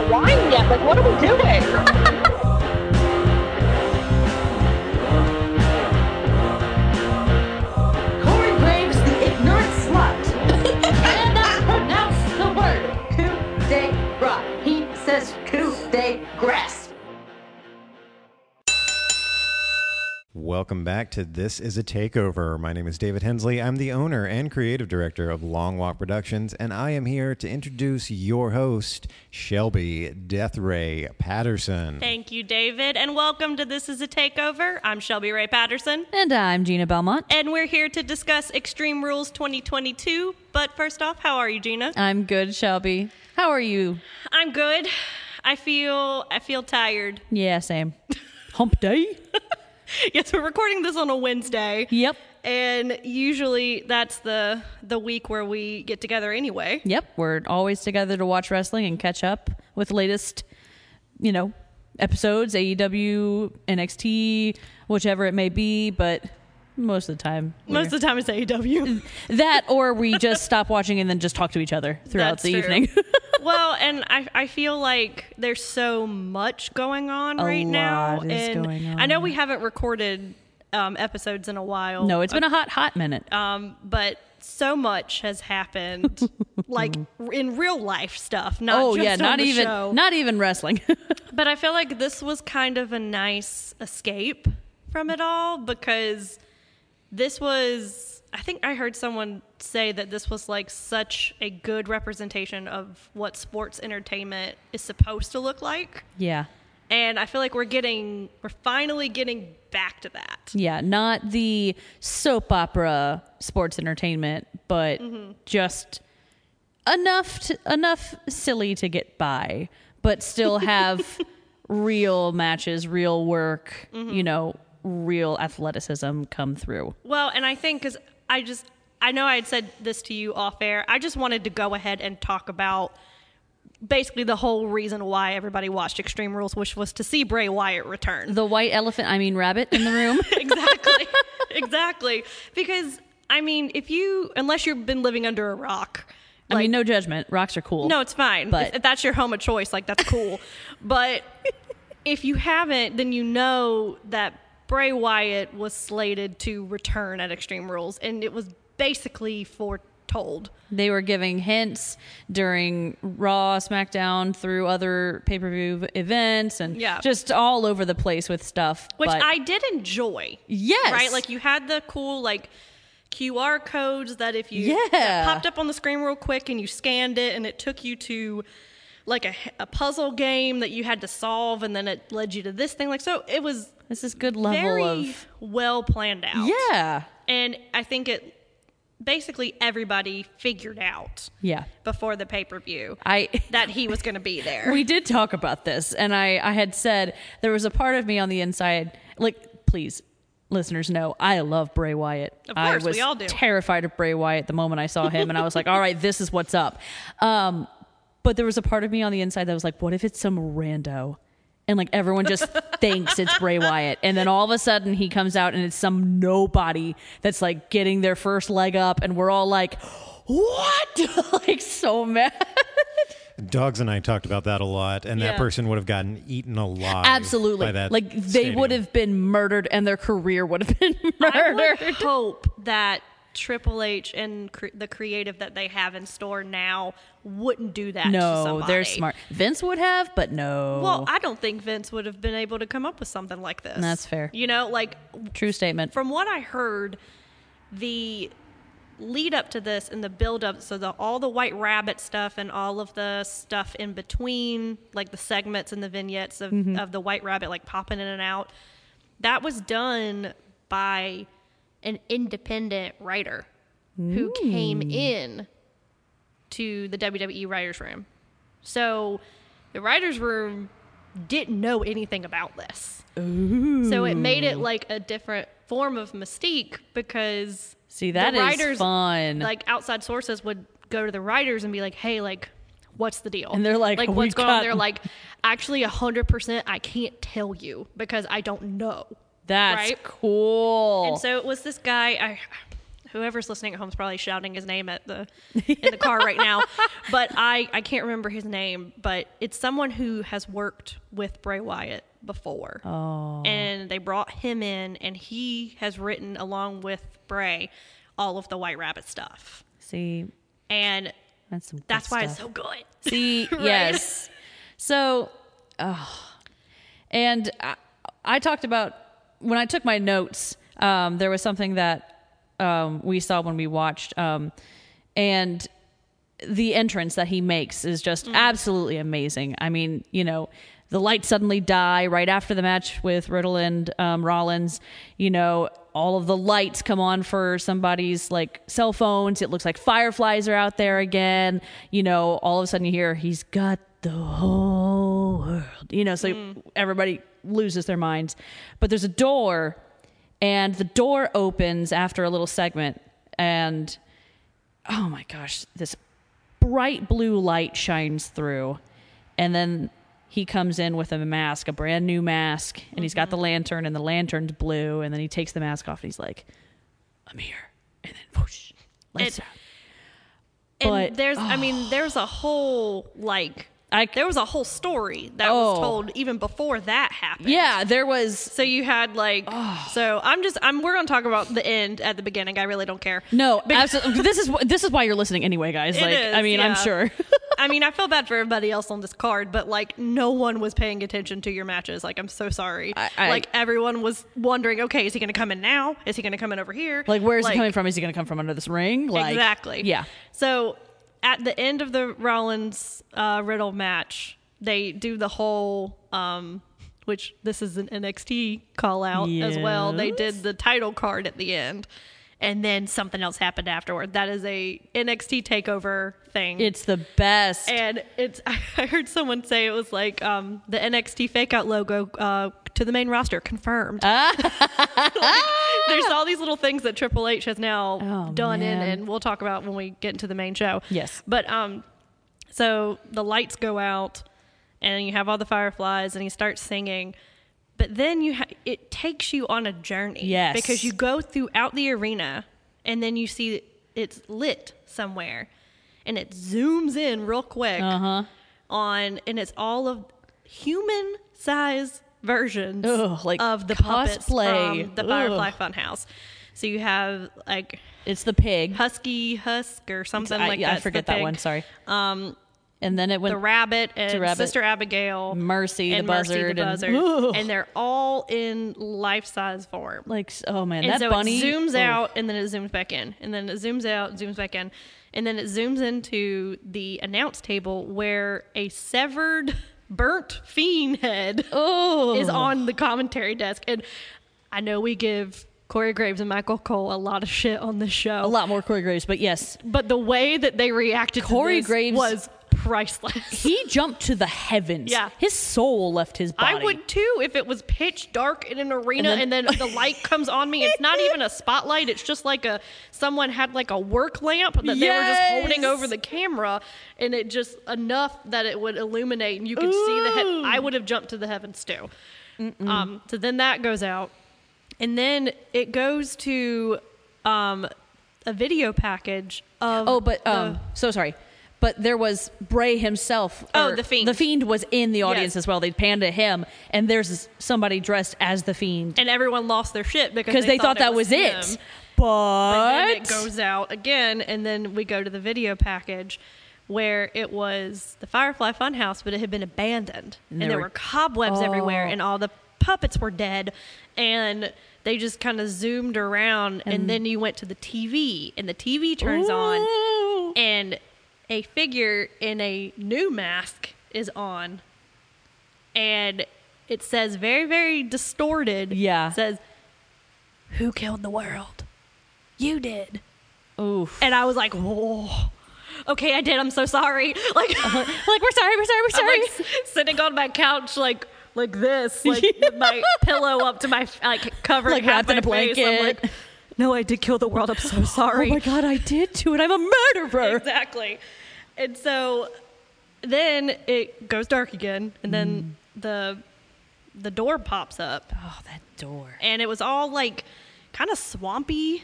camp. Like, what are we doing? Corey Graves, the ignorant slut. and I pronounce the word coup de gras. He says coup de grass. Welcome back to This is a Takeover. My name is David Hensley. I'm the owner and creative director of Long Walk Productions, and I am here to introduce your host, Shelby Death Ray Patterson. Thank you, David, and welcome to This Is a Takeover. I'm Shelby Ray Patterson, And I'm Gina Belmont. and we're here to discuss Extreme Rules 2022. But first off, how are you, Gina? I'm good, Shelby. How are you? I'm good. I feel I feel tired. Yeah, same. Hump day? Yes, we're recording this on a Wednesday. Yep. And usually that's the the week where we get together anyway. Yep. We're always together to watch wrestling and catch up with the latest, you know, episodes, E AEW, NXT, whichever it may be, but most of the time. Most of the time it's E AEW. we're- that or we just stop watching and then just talk to each other throughout That's the true. evening. well, and I, I feel like there's so much going on right now. lot is and going I know on. we haven't recorded um, episodes in a while. no, it's been a hot, hot minute. um, but so much has happened, like r- in real life stuff. Not oh just yeah, on not the even show. not even wrestling. But I feel like this was kind of a nice escape from it all because this was. I think I heard someone say that this was like such a good representation of what sports entertainment is supposed to look like. yeah. And I feel like we're getting, we're finally getting back to that. Yeah, not the soap opera sports entertainment, but Mm-hmm. just enough to, enough silly to get by, but still have real matches, real work, Mm-hmm. you know, real athleticism come through. Well, and I think because I just, I know I had said this to you off air. I just wanted to go ahead and talk about basically the whole reason why everybody watched Extreme Rules, which was to see Bray Wyatt return. The white elephant, I mean rabbit in the room. exactly. exactly. Because, I mean, if you, unless you've been living under a rock, I mean no judgment, rocks are cool. no, it's fine. But- if, if that's your home of choice, like that's cool. but if you haven't, then you know that Bray Wyatt was slated to return at Extreme Rules, and it was basically foretold. They were giving hints during Raw, SmackDown, through other pay per view events, and Yeah. just all over the place with stuff. which but- I did enjoy. Yes. right. Like you had the cool like QR codes that if you Yeah. that popped up on the screen real quick and you scanned it and it took you to like a, a puzzle game that you had to solve and then it led you to this thing. Like so, it was This is good level very of well planned out. yeah, and I think it basically everybody figured out yeah. before the pay per view I that he was going to be there. we did talk about this, and I I had said there was a part of me on the inside like please. Listeners know I love Bray Wyatt. Of course, I was we all do. terrified of Bray Wyatt the moment I saw him, and I was like, "All right, this is what's up." Um, but there was a part of me on the inside that was like, "What if it's some rando?" And like everyone just thinks it's Bray Wyatt, and then all of a sudden he comes out and it's some nobody that's like getting their first leg up, and we're all like, "What?" like so mad. Dogs and I talked about that a lot, and that Yeah. person would have gotten eaten alive. Absolutely. by that Like they stadium. would have been murdered and their career would have been I murdered. would hope that Triple H and cre- the creative that they have in store now wouldn't do that. to No, somebody. they're smart. Vince would have, but no. Well, I don't think Vince would have been able to come up with something like this. That's fair. You know, like True statement. from what I heard, the lead up to this and the build up, so the all the White Rabbit stuff and all of the stuff in between, like the segments and the vignettes of, of the White Rabbit, like popping in and out, that was done by an independent writer who came in to the WWE writers room. So the writers room didn't know anything about this. So it made Hmm. it like a different form of mystique because See, that is fun. Like outside sources would go to the writers and be like, "Hey, like, what's the deal?" And they're like, "Like, "We've what's going on?" got- They're like, "Actually, hundred percent, I can't tell you because I don't know." That's right? cool. And so it was this guy. I whoever's listening at home is probably shouting his name at the in the car right now. But I I can't remember his name, but it's someone who has worked with Bray Wyatt before. Oh. And they brought him in and he has written along with Bray all of the White Rabbit stuff. See, And that's some. good that's why it's stuff. so good. See, yes. So, oh, and I, I talked about when I took my notes. Um, there was something that um, we saw when we watched, um, and the entrance that he makes is just absolutely amazing. I mean, you know, the lights suddenly die right after the match with Riddle and um, Rollins. You know, all of the lights come on for somebody's like cell phones. It looks like fireflies are out there again. You know, all of a sudden you hear he's got the whole world. You know, so everybody loses their minds. But there's a door, and the door opens after a little segment, and oh my gosh, this bright blue light shines through. And then he comes in with a mask, a brand new mask, and he's got the Mm-hmm. lantern, and the lantern's blue. And then he takes the mask off and he's like, I'm here. And then whoosh, lights It- out. and But- oh. there's i mean there's a whole like I- there was a whole story that Oh. was told even before that happened Yeah, there was. so you had like so i'm just i'm we're gonna talk about the end at the beginning i really don't care No, Because- absolutely. this is wh- this is why you're listening anyway, guys. It Like, is, I mean, I'm yeah. sure. i mean i feel bad for everybody else on this card but like no one was paying attention to your matches like i'm so sorry I- I- like everyone was wondering okay is he gonna come in now is he gonna come in over here like, where is he coming from? Is he going to come from under this ring? Like, exactly. Yeah. So at the end of the Rollins uh, Riddle match, they do the whole, um, which this is an NXT call out as well. They did the title card at the end, and then something else happened afterward. That is a NXT takeover thing. It's the best. and it's I heard someone say it was like um, the NXT fake out logo uh, to the main roster confirmed. Ah. there's all these little things that Triple H has now Oh, done man. in, and we'll talk about when we get into the main show. Yes. But um, so the lights go out, and you have all the fireflies, and he starts singing. But then you ha- it takes you on a journey. Yes. Because you go throughout the arena, and then you see it's lit somewhere, and it zooms in real quick Uh-huh. on, and it's all of human size versions Ugh, like of the puppets cosplay. from the Ugh. Firefly Funhouse. So you have like it's the pig. Husky Husk or something I, like yeah, that. I forget that one. Sorry. Um, And then it went the rabbit and rabbit. Sister Abigail, Mercy the and Mercy buzzard the and- buzzard, Ugh. and, they're all in life size form. like s- oh man, and that so bunny it zooms oh, out and then it zooms back in, and then it zooms out, zooms back in, and then it zooms into the announce table where a severed, burnt fiend head Oh, is on the commentary desk. And I know we give Corey Graves and Michael Cole a lot of shit on this show. a lot more Corey Graves, but yes, But the way that they reacted Corey to this Graves- was priceless. he jumped to the heavens. Yeah. his soul left his body. I would too if it was pitch dark in an arena And and then- then, the light comes on me. It's not even a spotlight. It's just like a someone had like a work lamp that they were just holding Yes. over the camera and it just enough that it would illuminate and you could see the Ooh. head. I would have jumped to the heavens too. Um, so then that goes out. And then it goes to um, a video package of Oh, but the- um, so sorry. But there was Bray himself. Oh, or- the Fiend. The fiend was in the audience as well. They panned at him, and there's somebody dressed as the fiend and everyone lost their shit because because they, thought, that was it. him. But, But then it goes out again, and then we go to the video package where it was the Firefly Funhouse, but it had been abandoned, and, there there were- were cobwebs everywhere, Oh. and all the puppets were dead, and they just kind of zoomed around, and, then you went to the TV, and the TV turns on, Ooh. and a figure in a new mask is on, and it says very, very distorted. Yeah. says, "Who killed the world? You did." Oof. And I was like, "Whoa, okay, I did. I'm so sorry." Like, Like we're sorry, we're sorry, we're I'm sorry. like s- sitting on my couch, like like this, like with my pillow up to my f- like covered, Like, half wrapped in my a Face. I'm blanket. like, "No, I did kill the world. I'm so oh sorry." my god, I did do it. I'm a murderer. exactly. And so then it goes dark again, and then Mm. the the door pops up, Oh, that door. and it was all like kind of swampy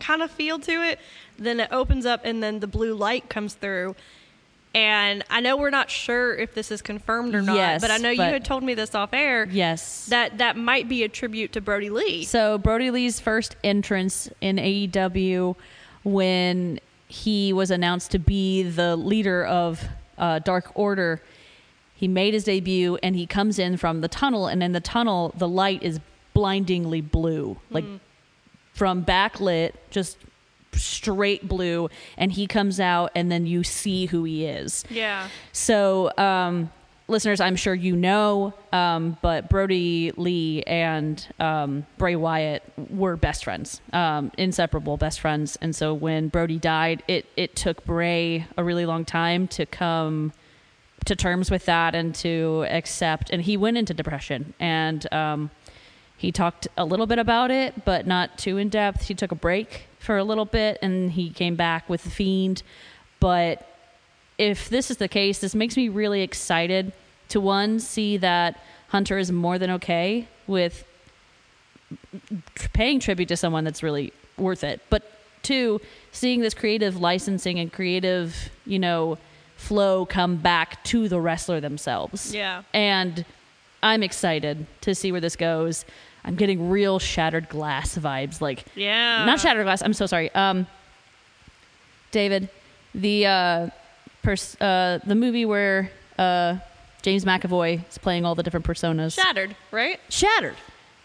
kind of feel to it. Then it opens up, and then the blue light comes through. And I know we're not sure if this is confirmed or not, Yes, but I know you but- had told me this off air. Yes. that that might be a tribute to Brody Lee. So Brody Lee's first entrance in AEW when he was announced to be the leader of uh, Dark Order, he made his debut and he comes in from the tunnel and in the tunnel the light is blindingly blue. Like from backlit just straight blue and he comes out and then you see who he is. yeah, So, um, listeners, I'm sure you know, um, but Brody Lee and um, Bray Wyatt were best friends, um, inseparable best friends. And so, when Brody died, it it took Bray a really long time to come to terms with that and to accept. And he went into depression and. Um, he talked a little bit about it, but not too in depth. He took a break for a little bit and he came back with The Fiend. But if this is the case, this makes me really excited to one see that Hunter is more than okay with paying tribute to someone that's really worth it. But two, seeing this creative licensing and creative, you know, flow come back to the wrestler themselves. Yeah. And I'm excited to see where this goes. I'm getting real shattered glass vibes like yeah, not shattered glass. I'm so sorry. Um, David, the uh, pers- uh, the movie where uh, James McAvoy is playing all the different personas. shattered, right? shattered.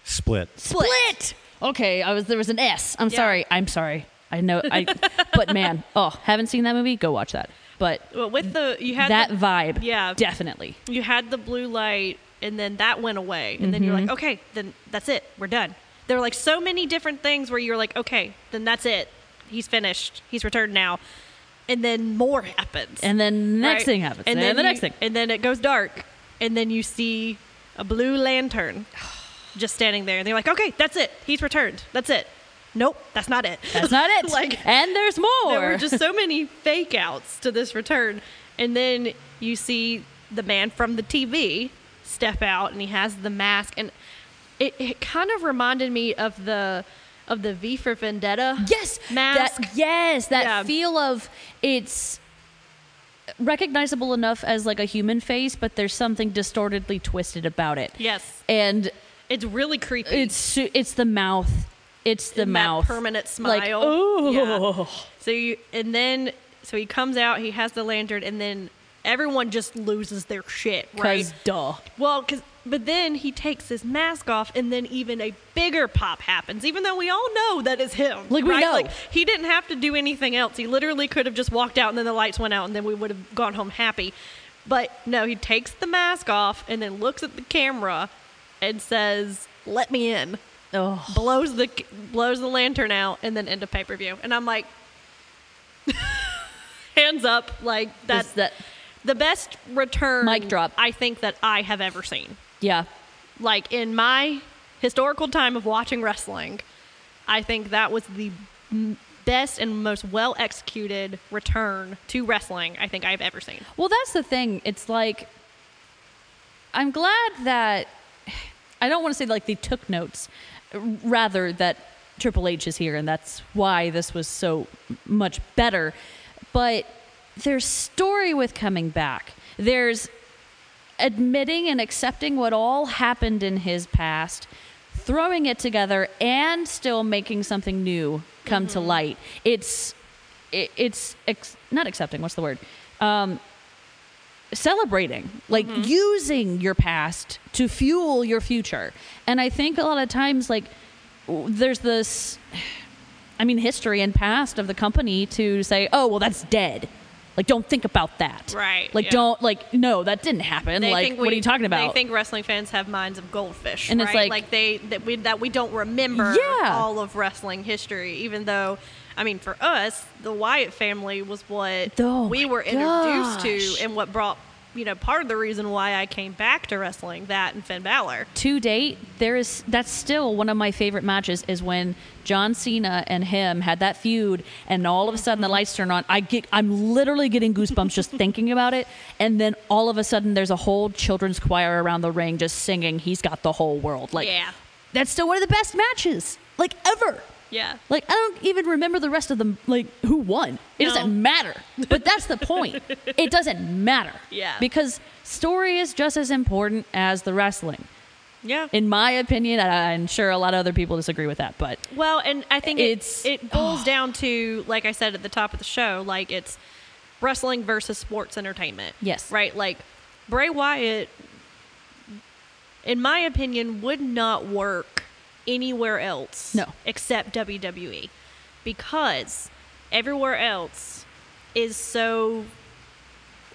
Split. Split. Okay, I was there was an S. I'm Yeah. sorry. I'm sorry. I know. I. but man, oh, haven't seen that movie? Go watch that. But Well, with the you had that the- vibe, Yeah. definitely. you had the blue light and then that went away and then you're Mm-hmm. like okay then that's it we're done there were like so many different things where you're like okay then that's it he's finished he's returned now and then more happens And then next right? thing happens, and, then the you- next thing. and then it goes dark and then you see a blue lantern just standing there and they're like okay that's it he's returned that's it nope that's not it That's not it. like and there's more. there were just so many fake outs to this return. And then you see the man from the TV step out and he has the mask and it, it kind of reminded me of the of the V for Vendetta Yes, mask. That, yes, that Yeah. feel of it's recognizable enough as like a human face, but there's something distortedly twisted about it. yes. and It's really creepy. it's su- it's the mouth. It's the And that mouth. permanent smile. Like, Yeah. oh, So you and then so he comes out, he has the lantern and then everyone just loses their shit, right? because duh. Well, because but then he takes his mask off, and then even a bigger pop happens. Even though we all know that is him, Like, we right? know. like he didn't have to do anything else. He literally could have just walked out, and then the lights went out, and then we would have gone home happy. But no, he takes the mask off, and then looks at the camera, and says, "Let me in." Oh, Blows the blows the lantern out, and then end of pay per view. And I'm like, hands up, like that's that's that. the best return Mic drop. I think that I have ever seen. Yeah, Like in my historical time of watching wrestling, I think that was the m- best and most well executed return to wrestling I think I've ever seen. Well, that's the thing. It's like I'm glad that I don't want to say like they took notes, rather that Triple H is here and that's why this was so much better. But there's story with coming back. There's admitting and accepting what all happened in his past, throwing it together, and still making something new come Mm-hmm. to light. It's it, it's ex- not accepting. What's the word? Um, celebrating, like Mm-hmm. using your past to fuel your future. And I think a lot of times, like, w- there's this. I mean, history and past of the company to say, oh, well, that's dead. Like, don't think about that. Right, Like, yeah. don't like no that didn't happen They like think what we- are you talking about They think wrestling fans have minds of goldfish, And right? it's like- they that we that we don't remember Yeah. all of wrestling history, even though. I mean, for us, the Wyatt family was what Oh we my were introduced gosh. to, and what brought you know part of the reason why I came back to wrestling. That and Finn Balor. to date there is that's still one of my favorite matches is when john cena and him had that feud and all of a sudden the Mm-hmm. lights turn on i get i'm literally getting goosebumps just thinking about it and then all of a sudden there's a whole children's choir around the ring just singing he's got the whole world like Yeah. that's still one of the best matches like ever Yeah. Like I don't even remember the rest of them. Like who won? It No. doesn't matter. But that's the point. it doesn't matter. Yeah. Because story is just as important as the wrestling, Yeah. in my opinion. And I'm sure a lot of other people disagree with that, but Well, and I think it's It's- oh. it, boils down to like I said at the top of the show, like it's wrestling versus sports entertainment. Yes. Right? Like Bray Wyatt in my opinion would not work anywhere else No. except WWE because everywhere else is so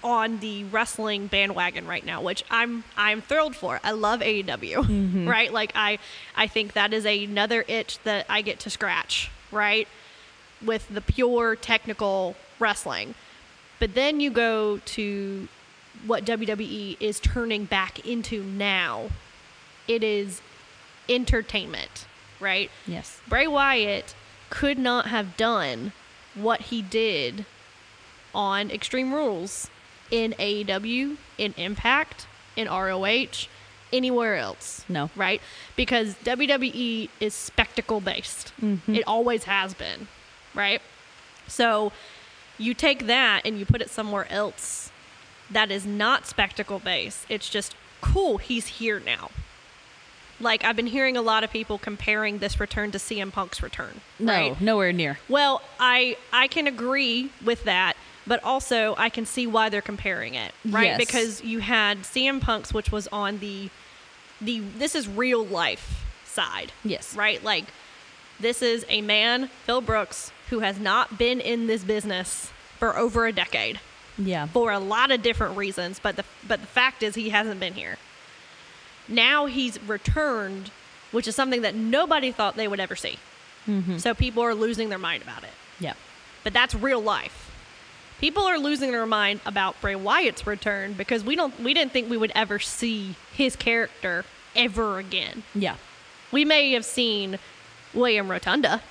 on the wrestling bandwagon right now, which I'm I'm thrilled for. I love AEW, right? Like I I think that is another itch that I get to scratch, right? With the pure technical wrestling. But then you go to what WWE is turning back into now. It is entertainment, right? yes. Bray Wyatt could not have done what he did on Extreme Rules in AEW, in Impact, in ROH, anywhere else. No. Right? Because WWE is spectacle based, it always has been. Right? So you take that and you put it somewhere else that is not spectacle based. It's just cool, he's here now. Like I've been hearing a lot of people comparing this return to CM Punk's return. No, right? nowhere near. Well, I I can agree with that, but also I can see why they're comparing it, right? Yes. Because you had CM Punk's, which was on the the this is real life side, Yes. right? Like this is a man, Phil Brooks, who has not been in this business for over a decade Yeah. for a lot of different reasons, but the but the fact is he hasn't been here. Now he's returned, which is something that nobody thought they would ever see. So people are losing their mind about it. Yeah. But that's real life. People are losing their mind about Bray Wyatt's return because we don't we didn't think we would ever see his character ever again. Yeah. We may have seen William Rotunda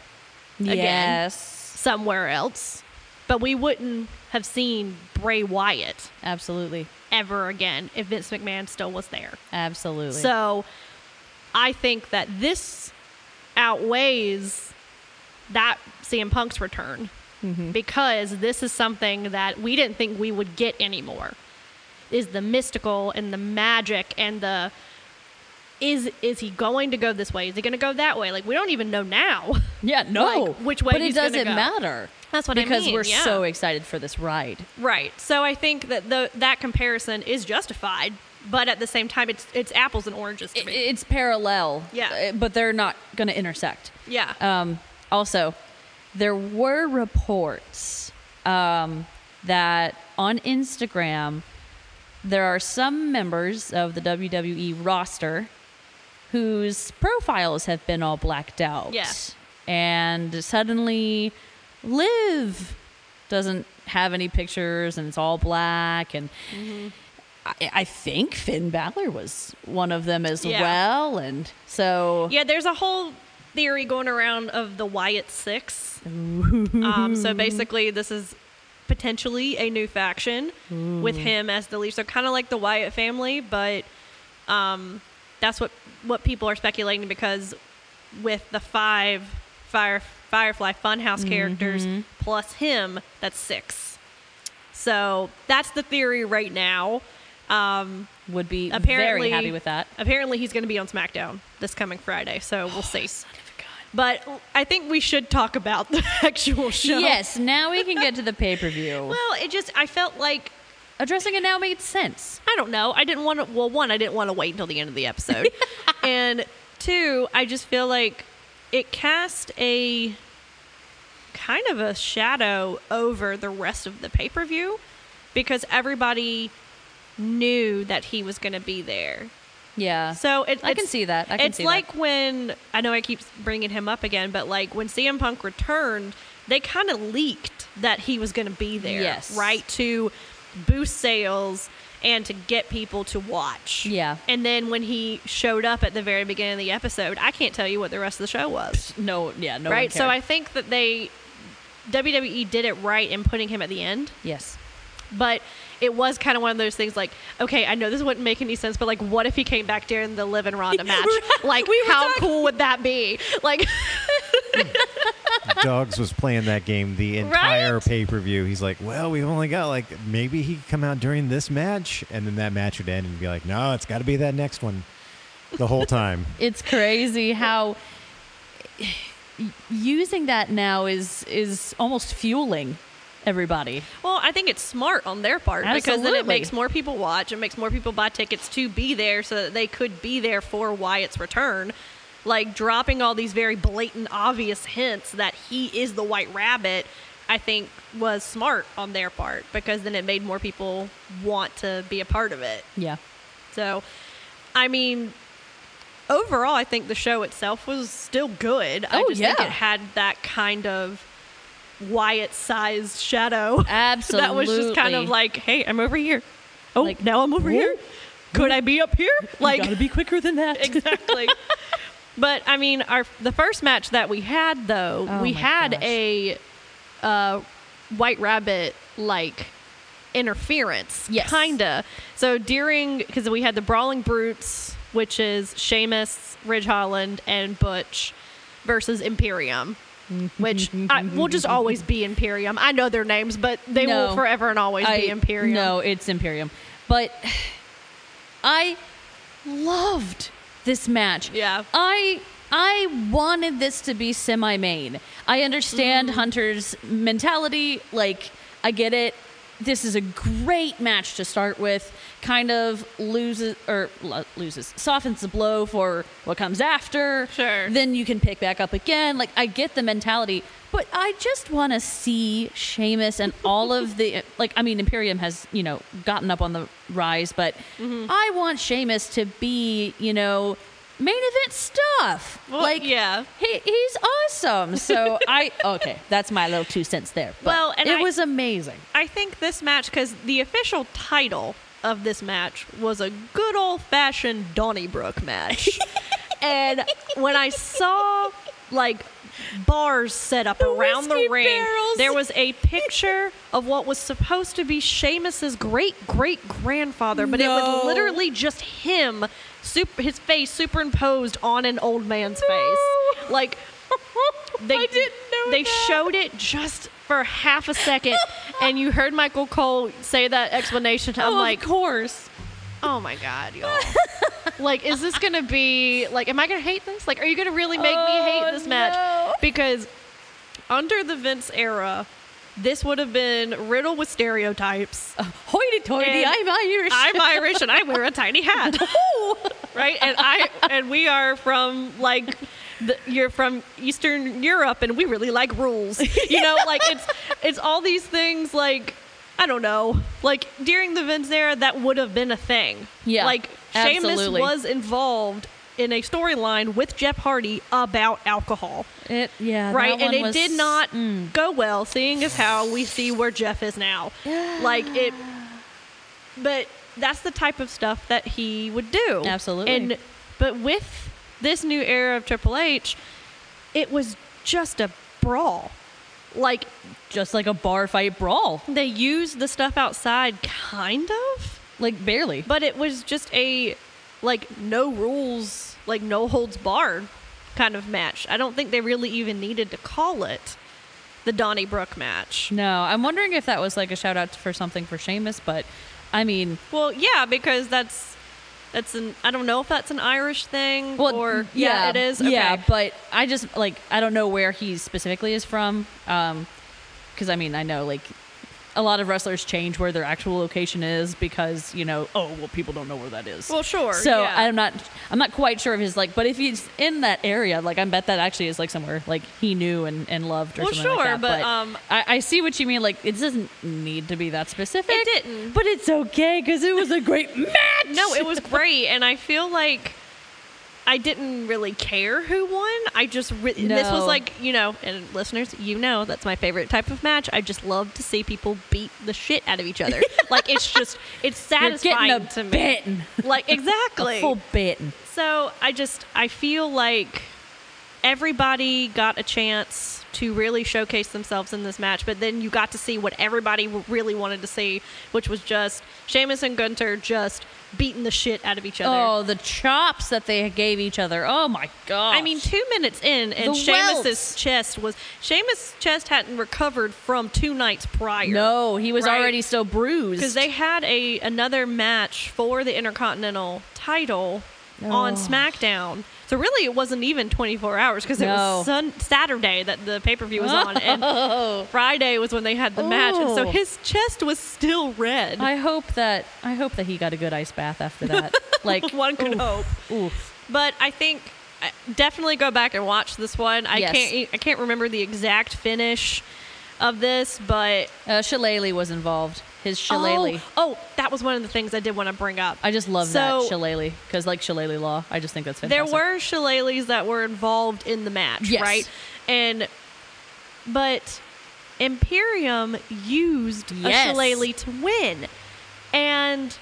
Again. Yes. somewhere else, but we wouldn't have seen Bray Wyatt Absolutely. ever again if Vince McMahon still was there. Absolutely. So I think that this outweighs that CM Punk's return Mm-hmm. because this is something that we didn't think we would get anymore. Is the mystical and the magic and the is is he going to go this way? Is he going to go that way? Like we don't even know now. yeah. No. like, which way But he's it gonna doesn't go. matter. That's what I because mean, we're yeah. so excited for this ride. Right. So I think that the, that comparison is justified, but at the same time, it's it's apples and oranges to It- me. It's parallel. Yeah. uh, But they're not going to intersect. yeah. Um, also, there were reports um, that on Instagram, there are some members of the WWE roster whose profiles have been all blacked out. Yeah. And suddenly, Liv doesn't have any pictures and it's all black. And Mm-hmm. I, I think Finn Balor was one of them as Yeah. well. And so. Yeah, there's a whole theory going around of the Wyatt Six. um, so basically, this is potentially a new faction with him as the lead. So kind of like the Wyatt family, but um, that's what what people are speculating because with the five Fire, Firefly Funhouse characters plus him, that's six. So that's the theory right now. Um, would be apparently very happy with that. Oh, Apparently, he's going to be on SmackDown this coming Friday, so we'll see. But I think we should talk about the actual show. Yes, now we can get to the pay per view. Well, it just I felt like Addressing it now made sense. I don't know. I didn't want to. Well, one, I didn't want to wait until the end of the episode, and two, I just feel like it cast a kind of a shadow over the rest of the pay per view because everybody knew that he was going to be there. Yeah. So it, I it's- can see that. I can it's see like that. when I know I keep bringing him up again, but like when CM Punk returned, they kind of leaked that he was going to be there, Yes. right? To boost sales and to get people to watch. Yeah. And then when he showed up at the very beginning of the episode, I can't tell you what the rest of the show was, no, yeah, no. right? So I think that they WWE did it right in putting him at the end yes, but it was kind of one of those things like okay i know this wouldn't make any sense but like what if he came back during the live and ronda match like We were how talking- cool would that be like Dogs was playing that game the entire Right? pay per view. He's like, well, we've only got like maybe he could come out during this match, and then that match would end and be like, no, it's got to be that next one. The whole time, it's crazy how using that now is is almost fueling everybody. Well, I think it's smart on their part because then it Absolutely. makes more people watch. It makes more people buy tickets to be there so that they could be there for Wyatt's return. Like dropping all these very blatant, obvious hints that he is the White Rabbit, I think was smart on their part because then it made more people want to be a part of it. Yeah. So, I mean, overall, I think the show itself was still good. I Oh, just think yeah. it had that kind of Wyatt-sized shadow. that was just kind Absolutely. of like, hey, I'm over here. Oh, Like, now I'm over here. whoop. Could I be up here? Like, gotta be quicker than that. exactly. but I mean, our the first match that we had though, Oh we my had gosh. a uh, White Rabbit like interference, Yes. kinda. So during because we had the Brawling Brutes, which is Sheamus, Ridge Holland, and Butch versus Imperium. Which I, will just always be Imperium. I know their names, but they No. will forever and always be I- Imperium. No, it's Imperium. But I loved this match. Yeah. I I wanted this to be semi-main. I Mm. understand Hunter's mentality, like I get it. This is a great match to start with. Kind of loses or lo- loses, softens the blow for what comes after. Sure. Then you can pick back up again. Like I get the mentality, but I just want to see Sheamus and all of the like. I mean, Imperium has you know gotten up on the rise, but Mm-hmm. I want Sheamus to be you know main event stuff. Well, like yeah. he, he's awesome. So I okay, that's my little two cents there. But Well, and it I- was amazing. I think this match, because the official title of this match was a good old fashioned Donnybrook match. and when I saw like bars set up around the whiskey ring, barrels. there was a picture of what was supposed to be Seamus's great great grandfather, but it No. was literally just him, sup- his face superimposed on an old man's face. Like they I didn't know they that. showed it just for half a second and you heard michael cole say that explanation i'm like Oh, course. oh my god y'all like is this gonna be like am i gonna hate this like are you gonna really make me Oh, hate this match no. because under the vince era this would have been riddled with stereotypes Hoity toity, And I'm Irish. i'm irish and i wear a tiny hat right? And I and we are from like the, you're from Eastern Europe, and we really like rules. You know, like it's it's all these things like. I don't know. Like during the Vince era, that would have been a thing. Yeah, Like Sheamus absolutely. was involved in a storyline with Jeff Hardy about alcohol. It- yeah, that Right. And one it was- mm. did not go well, seeing as how we see where Jeff is now. Like it but that's the type of stuff that he would do. Absolutely. And but with this new era of Triple H, it was just a brawl. Like just like a bar fight brawl, they used the stuff outside kind of, like barely. but it was just a like no rules, like no holds barred kind of match. I don't think they really even needed to call it the Donnybrook match. No, I'm wondering if that was like a shout out for something for Seamus, but I mean, Well, yeah, because that's that's an I don't know if that's an Irish thing well, or yeah, it is. Okay. Yeah, but I just like I don't know where he specifically is from, Um 'cause because I mean I know like a lot of wrestlers change where their actual location is because you know oh well people don't know where that is. Well, sure, So yeah. I'm not I'm not quite sure if he's like, but if he's in that area, like I bet that actually is like somewhere like he knew and and loved or Well, something like sure, that, but, um, I, I see what you mean. Like it doesn't need to be that specific. It didn't. but it's okay because it was a great match. no, it was great, and I feel like I didn't really care who won. I just re- this was No. like you know, and listeners, you know, that's my favorite type of match. I just love to see people beat the shit out of each other. like it's just it's You're satisfying getting a to me. bitten, Like exactly. a full bitten. So I just I feel like everybody got a chance to really showcase themselves in this match. But then you got to see what everybody w- really wanted to see, which was just Sheamus and Gunter just beating the shit out of each other. Oh, the chops that they gave each other. Oh my god. I mean, two minutes in, and The Sheamus's welts. chest was Sheamus' chest hadn't recovered from two nights prior. no, he was Right. already so bruised. because they had a another match for the Intercontinental title on Oh. SmackDown. So really, it wasn't even 24 hours because it No. was sun- Saturday that the pay per view was on, and Friday was when they had the match, and so Oh. his chest was still red. I hope that I hope that he got a good ice bath after that. like One could oof, hope. Oof. But I think I- definitely go back and watch this one. I Yes. can't e, I can't remember the exact finish of this, but Uh, Shillelagh was involved. His shillelagh. Oh, oh, that was one of the things I did want to bring up. I just love So- that shillelagh because like shillelagh law. I just think that's there fantastic. were shillelaghs that were involved in the match, Yes. right? And but Imperium used Yes. a shillelagh to win, and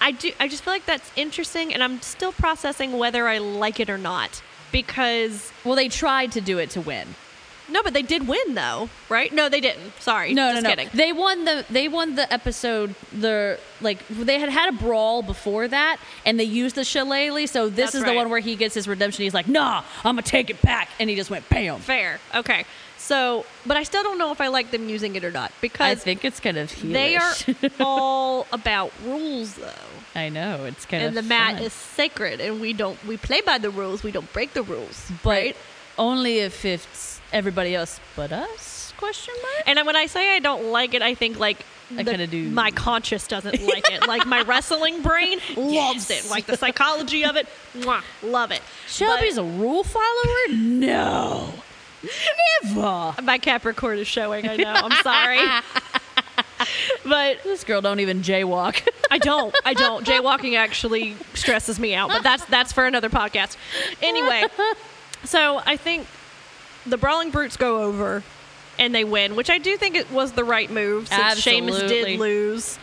I do. I just feel like that's interesting, and I'm still processing whether I like it or not because well, they tried to do it to win. no, but they did win though, right? No, they didn't. Sorry, No, just no, no. kidding. They won the they won the episode. The like they had had a brawl before that, and they used the shillelagh. So this That's is right. the one where he gets his redemption. He's like, "Nah, I'm gonna take it back," and he just went, "Bam." Fair, okay. So, but I still don't know if I like them using it or not I because think it's kind of they are heelish. all about rules though. I know it's kind and the of mat fun. is sacred and we don't we play by the rules we don't break the rules but right only if it's everybody else but us? Question mark. and when i say i don't like it i think like I the- kinda do. my conscious doesn't like it like my wrestling brain loves Yes. it like the psychology of it mwah, love it Shelby's a rule follower? No, never. my capricorn is showing i know i'm sorry but This girl don't even jaywalk. I don't. I don't. Jaywalking actually stresses me out, but that's that's for another podcast. Anyway, so I think the Brawling Brutes go over and they win, which I do think it was the right move since Sheamus Absolutely. did lose.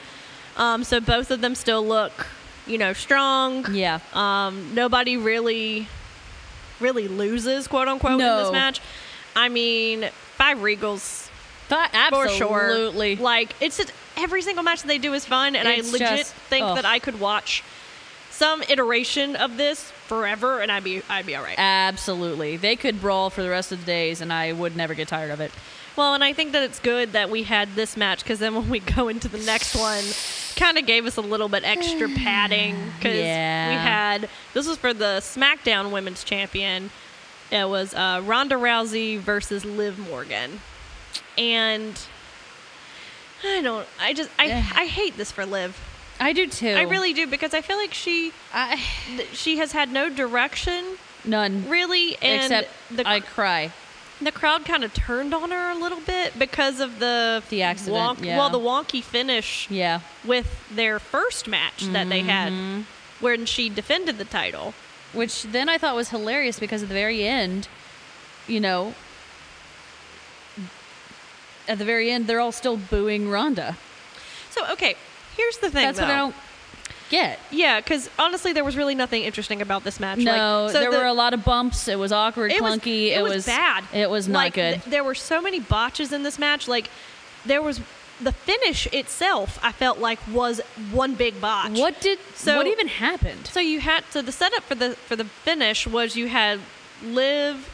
Um, so both of them still look, you know, strong. yeah. Um, nobody really, really loses, quote unquote, in No. this match. I mean, five Regals But for sure. absolutely. Like it's just every single match that they do is fun, and It's I legit just- think ugh. that I could watch some iteration of this forever, and I'd be I'd be all right. Absolutely. They could brawl for the rest of the days and I would never get tired of it. well, and I think that it's good that we had this match because then when we go into the next one, kind of gave us a little bit extra padding because we Yeah. had this was for the SmackDown Women's Champion. It was uh, Ronda Rousey versus Liv Morgan, and. I don't. I just. I. Yeah. I hate this for Liv. I do too. I really do because I feel like she I, th- she has had no direction none really, and except the I cry. the crowd kind of turned on her a little bit because of the The accident, wonk- yeah. Well, the wonky finish Yeah. with their first match that they had, Mm-hmm. when she defended the title. Which then I thought was hilarious because at the very end, you know, at the very end they're all still booing Ronda. So okay, here's the thing. That's what I though. don't get. Yeah, because honestly, there was really nothing interesting about this match. No, like, so there the- were a lot of bumps. It was awkward, clunky. Was, it, was, bad. It was not Like, good. th- there were so many botches in this match. Like there was the finish itself. I felt like was one big botch. what did? So- what even happened? So you had so the setup for the for the finish was you had Liv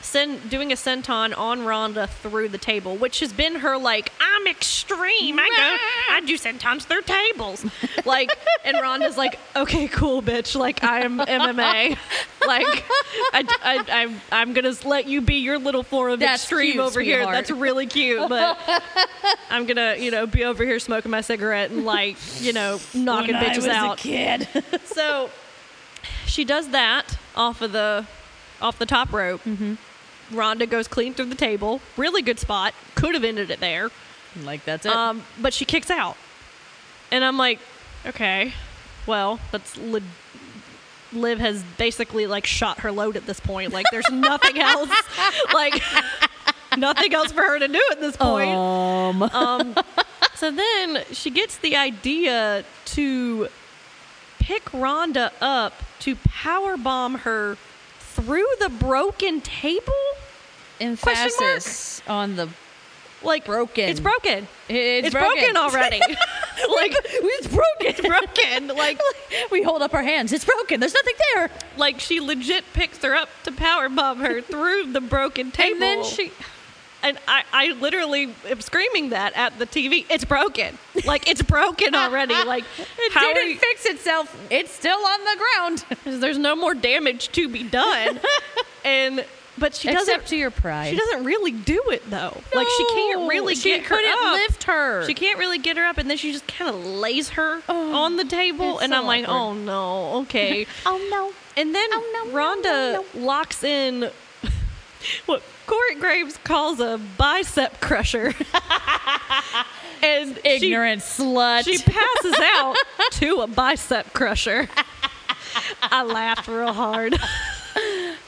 sen- doing a senton on Ronda through the table, which has been her like I'm extreme. I go I do sentons through tables, like and Ronda's like okay cool bitch like I'm MMA, like I, I, I'm I'm gonna let you be your little form of That's extreme cute, over here. sweetheart. That's really cute, but I'm gonna you know be over here smoking my cigarette and like you know knocking bitches out kid. so she does that off of the off the top rope. Mm-hmm. Rhonda goes clean through the table. Really good spot. Could have ended it there. like that's it. Um, but she kicks out, and I'm like, okay, well, that's le- Liv has basically like shot her load at this point. Like, there's nothing else. Like. Nothing else for her to do at this point. um, So then she gets the idea to pick Rhonda up to power bomb her through the broken table. Question mark? emphasis on the Like Broken. It's broken. It's It's, broken. broken. already. like it's broken. it's broken. Like we hold up our hands. It's broken. There's nothing there. like she legit picks her up to power bomb her through the broken table. And then she and I, I literally am screaming that at the TV. It's broken. Like it's broken already. Like Ah, it how are didn't you- fix itself. It's still on the ground. there's no more damage to be done. and but she Except doesn't to your pride. she doesn't really do it though. like she No, can't really she get her couldn't up. lift her. She can't really get her up, and then she just kind of lays her Oh, on the table, it's and so I'm like, awkward. oh no, okay. Oh no. and then Oh, no, no, Rhonda no, locks in what Court Graves calls a bicep crusher, and she- Ignorant slut. she passes out to a bicep crusher. I laughed real hard.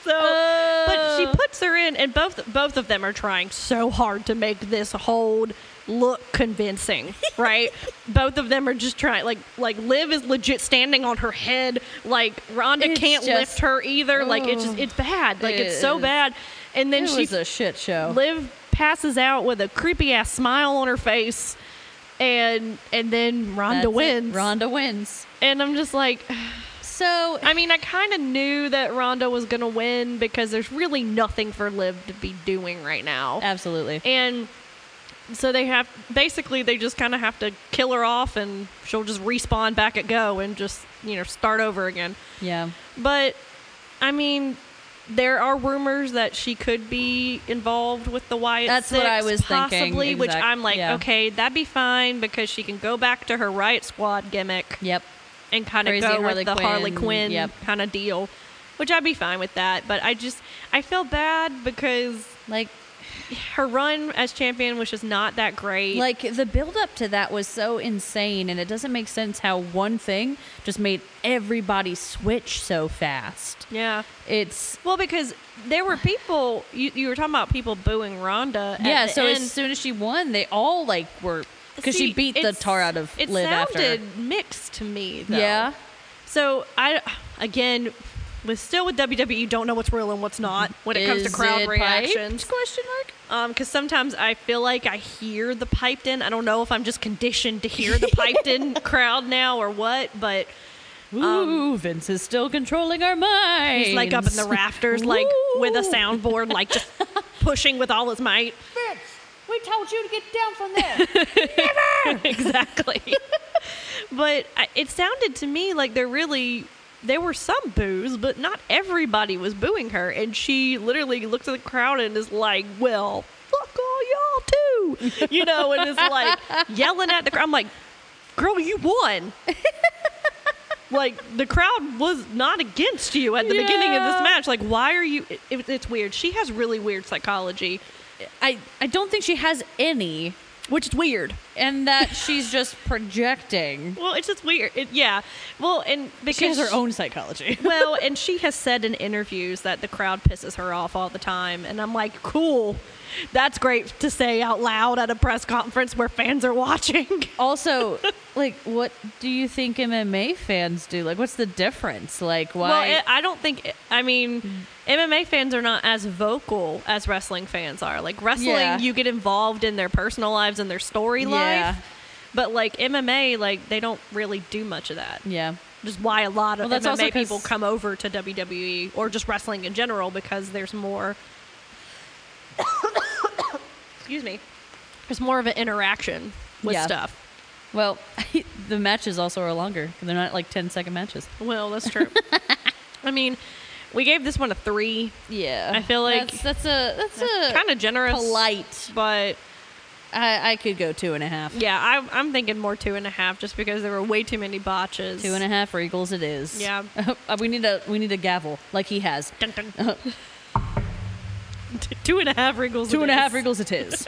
so, but Uh. she puts her in, and both both of them are trying so hard to make this hold look convincing, right? both of them are just trying. Like, like Liv is legit standing on her head. Like Rhonda It's can't just- oh, lift her either. like it's just it's bad. Like It it's so is. bad. And then it she was a shit show. Liv passes out with a creepy ass smile on her face, and and then Rhonda That's it. wins. Rhonda wins. And I'm just like, So I mean, I kind of knew that Rhonda was gonna win because there's really nothing for Liv to be doing right now, Uh, absolutely. and so they have basically they just kind of have to kill her off, and she'll just respawn back at Go and just you know start over again. yeah. But I mean, there are rumors that she could be involved with the Wyatt. That's Six, what I was thinking, possibly, which exact- I'm like, yeah. okay, that'd be fine because she can go back to her Riot Squad gimmick Yep. and kind of Crazy go Harley with the Harley Quinn, Quinn yep. kind of deal, which I'd be fine with that. But I just I feel bad because Like her run as champion was just not that great. like the build up to that was so insane and it doesn't make sense how one thing just made everybody switch so fast. yeah. It's Well, because there were people you, you were talking about people booing Rhonda. at yeah, the so end. as soon as she won, they all like were because she See, beat the it's- tar out of it Liv sounded after. mixed to me though. Yeah. so i again with still with wwe you don't know what's real and what's not when it comes to Is crowd it piped? reactions Question mark. um because sometimes i feel like i hear the piped in i don't know if i'm just conditioned to hear the piped in crowd now or what but Ooh, Vince is still controlling our minds. Um, he's like up in the rafters like with a soundboard like just pushing with all his might We told you to get down from there. exactly. but I- it sounded to me like there really there were some boos, but not everybody was booing her, and she literally looks at the crowd and is like, "Well, fuck all y'all too," you know, and is like yelling at the crowd. I'm like, "Girl, you won." Like the crowd was not against you at the beginning of Yeah. this match. Like, why are you? It, it, it's weird. She has really weird psychology, I I don't think she has any, which is weird. and that she's just projecting. Well, it's just weird. It, yeah. Well, and because She has her own psychology. well, and she has said in interviews that the crowd pisses her off all the time. And I'm like, cool. That's great to say out loud at a press conference where fans are watching. also, like, what do you think MMA fans do? Like, what's the difference? Like, why? Well, it, I don't think, I mean, MMA fans are not as vocal as wrestling fans are. Like, wrestling, Yeah. you get involved in their personal lives and their story Yeah. life. But, like, MMA, like, they don't really do much of that. yeah. Which is why a lot Well, of that's also MMA 'cause- people come over to WWE or just wrestling in general because there's more. excuse me. There's more of an interaction with Yeah. stuff. Well, the matches also are longer. They're not like 10 second matches. Well, that's true. I mean, we gave this one a three. Yeah, I feel like- that's, that's a that's, a Kind of generous, polite. but I, I could go two and a half. yeah, I, I'm thinking more two and a half just because there were way too many botches. Two and a half regals it is. Yeah. Uh, we need a we need a gavel like he has. Dun, dun. two and a half wriggles. Uh-huh. Two it and a half is. regals it is.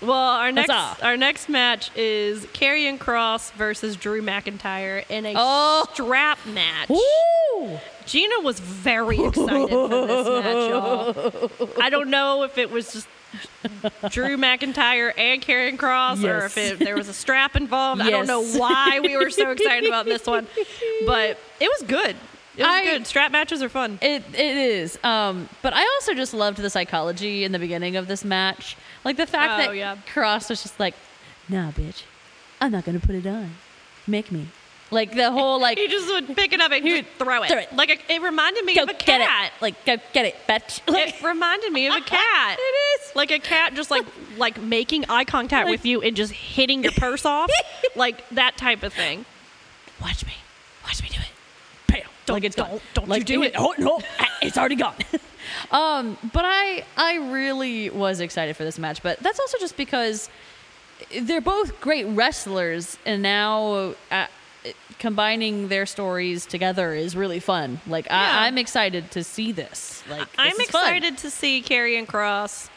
Well, our That's next all. our next match is Karrion Cross versus Drew McIntyre in a Oh. strap match. Woo! Gina was very excited for this match, y'all. I don't know if it was just Drew McIntyre and Karrion Cross or if Yes. it, there was a strap involved. I don't Yes. know why we were so excited about this one, but it was good. It was I- good. Strap matches are fun. It it is. Um, but I also just loved the psychology in the beginning of this match, like the fact Oh, that yeah. Cross was just like, "Nah, bitch, I'm not gonna put it on. Make me." Like the whole like He just would pick it up and He he would would throw it. throw it. Like a, it reminded me go of a get cat. it, like go get it, bitch. Like, it reminded me of a cat. It is. like a cat, just like like making eye contact with you and just hitting your purse off, like that type of thing. watch me, watch me do it. Bam. Don't Like, it's gone. don't- don't you Like, do it. Oh no, Ah, it's already gone. um, but I I really was excited for this match, but that's also just because they're both great wrestlers, and now uh, combining their stories together is really fun. Like Yeah. I, I'm excited to see this. Like I'm this is fun. excited to see Carrion Cross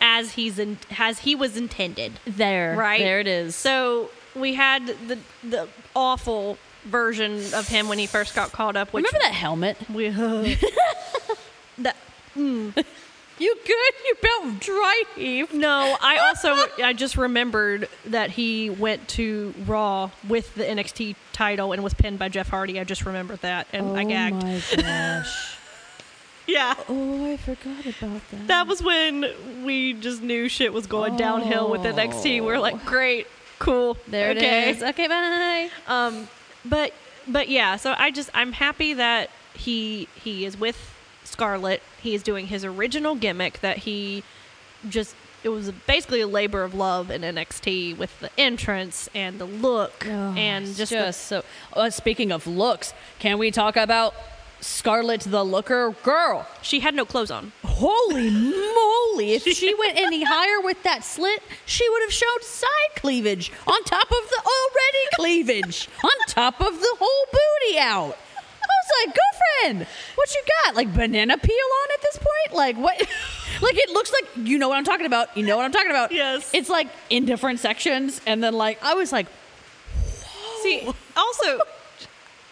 as he's in, as he was intended. There, Right there it is. So we had the the awful version of him when he first got called up. Which remember that helmet? We, that You good? You about dry heave? No, I also I just remembered that he went to Raw with the NXT title and was pinned by Jeff Hardy. I just remembered that and I gagged. Oh my gosh. Yeah. oh, I forgot about That was when we just knew shit was going downhill with NXT. We We're like, "Great. Cool. Oh. There okay. it is. Okay, bye. Um but but yeah, so I just I'm happy that he he is with Scarlett. He is doing his original gimmick that he just it was basically a labor of love in NXT with the entrance and the look and Oh, It's just, the- just so. Uh, speaking of looks, can we talk about Scarlett the Looker girl? she had no clothes on. Holy moly! If she went any higher with that slit, she would have showed side cleavage on top of the already cleavage, on top of the whole booty out. I was like, girlfriend, what you got? Like banana peel on at this point? Like what? Like it looks like you know what I'm talking about. You know what I'm talking about. Yes. It's like in different sections, and then like I was like, See, also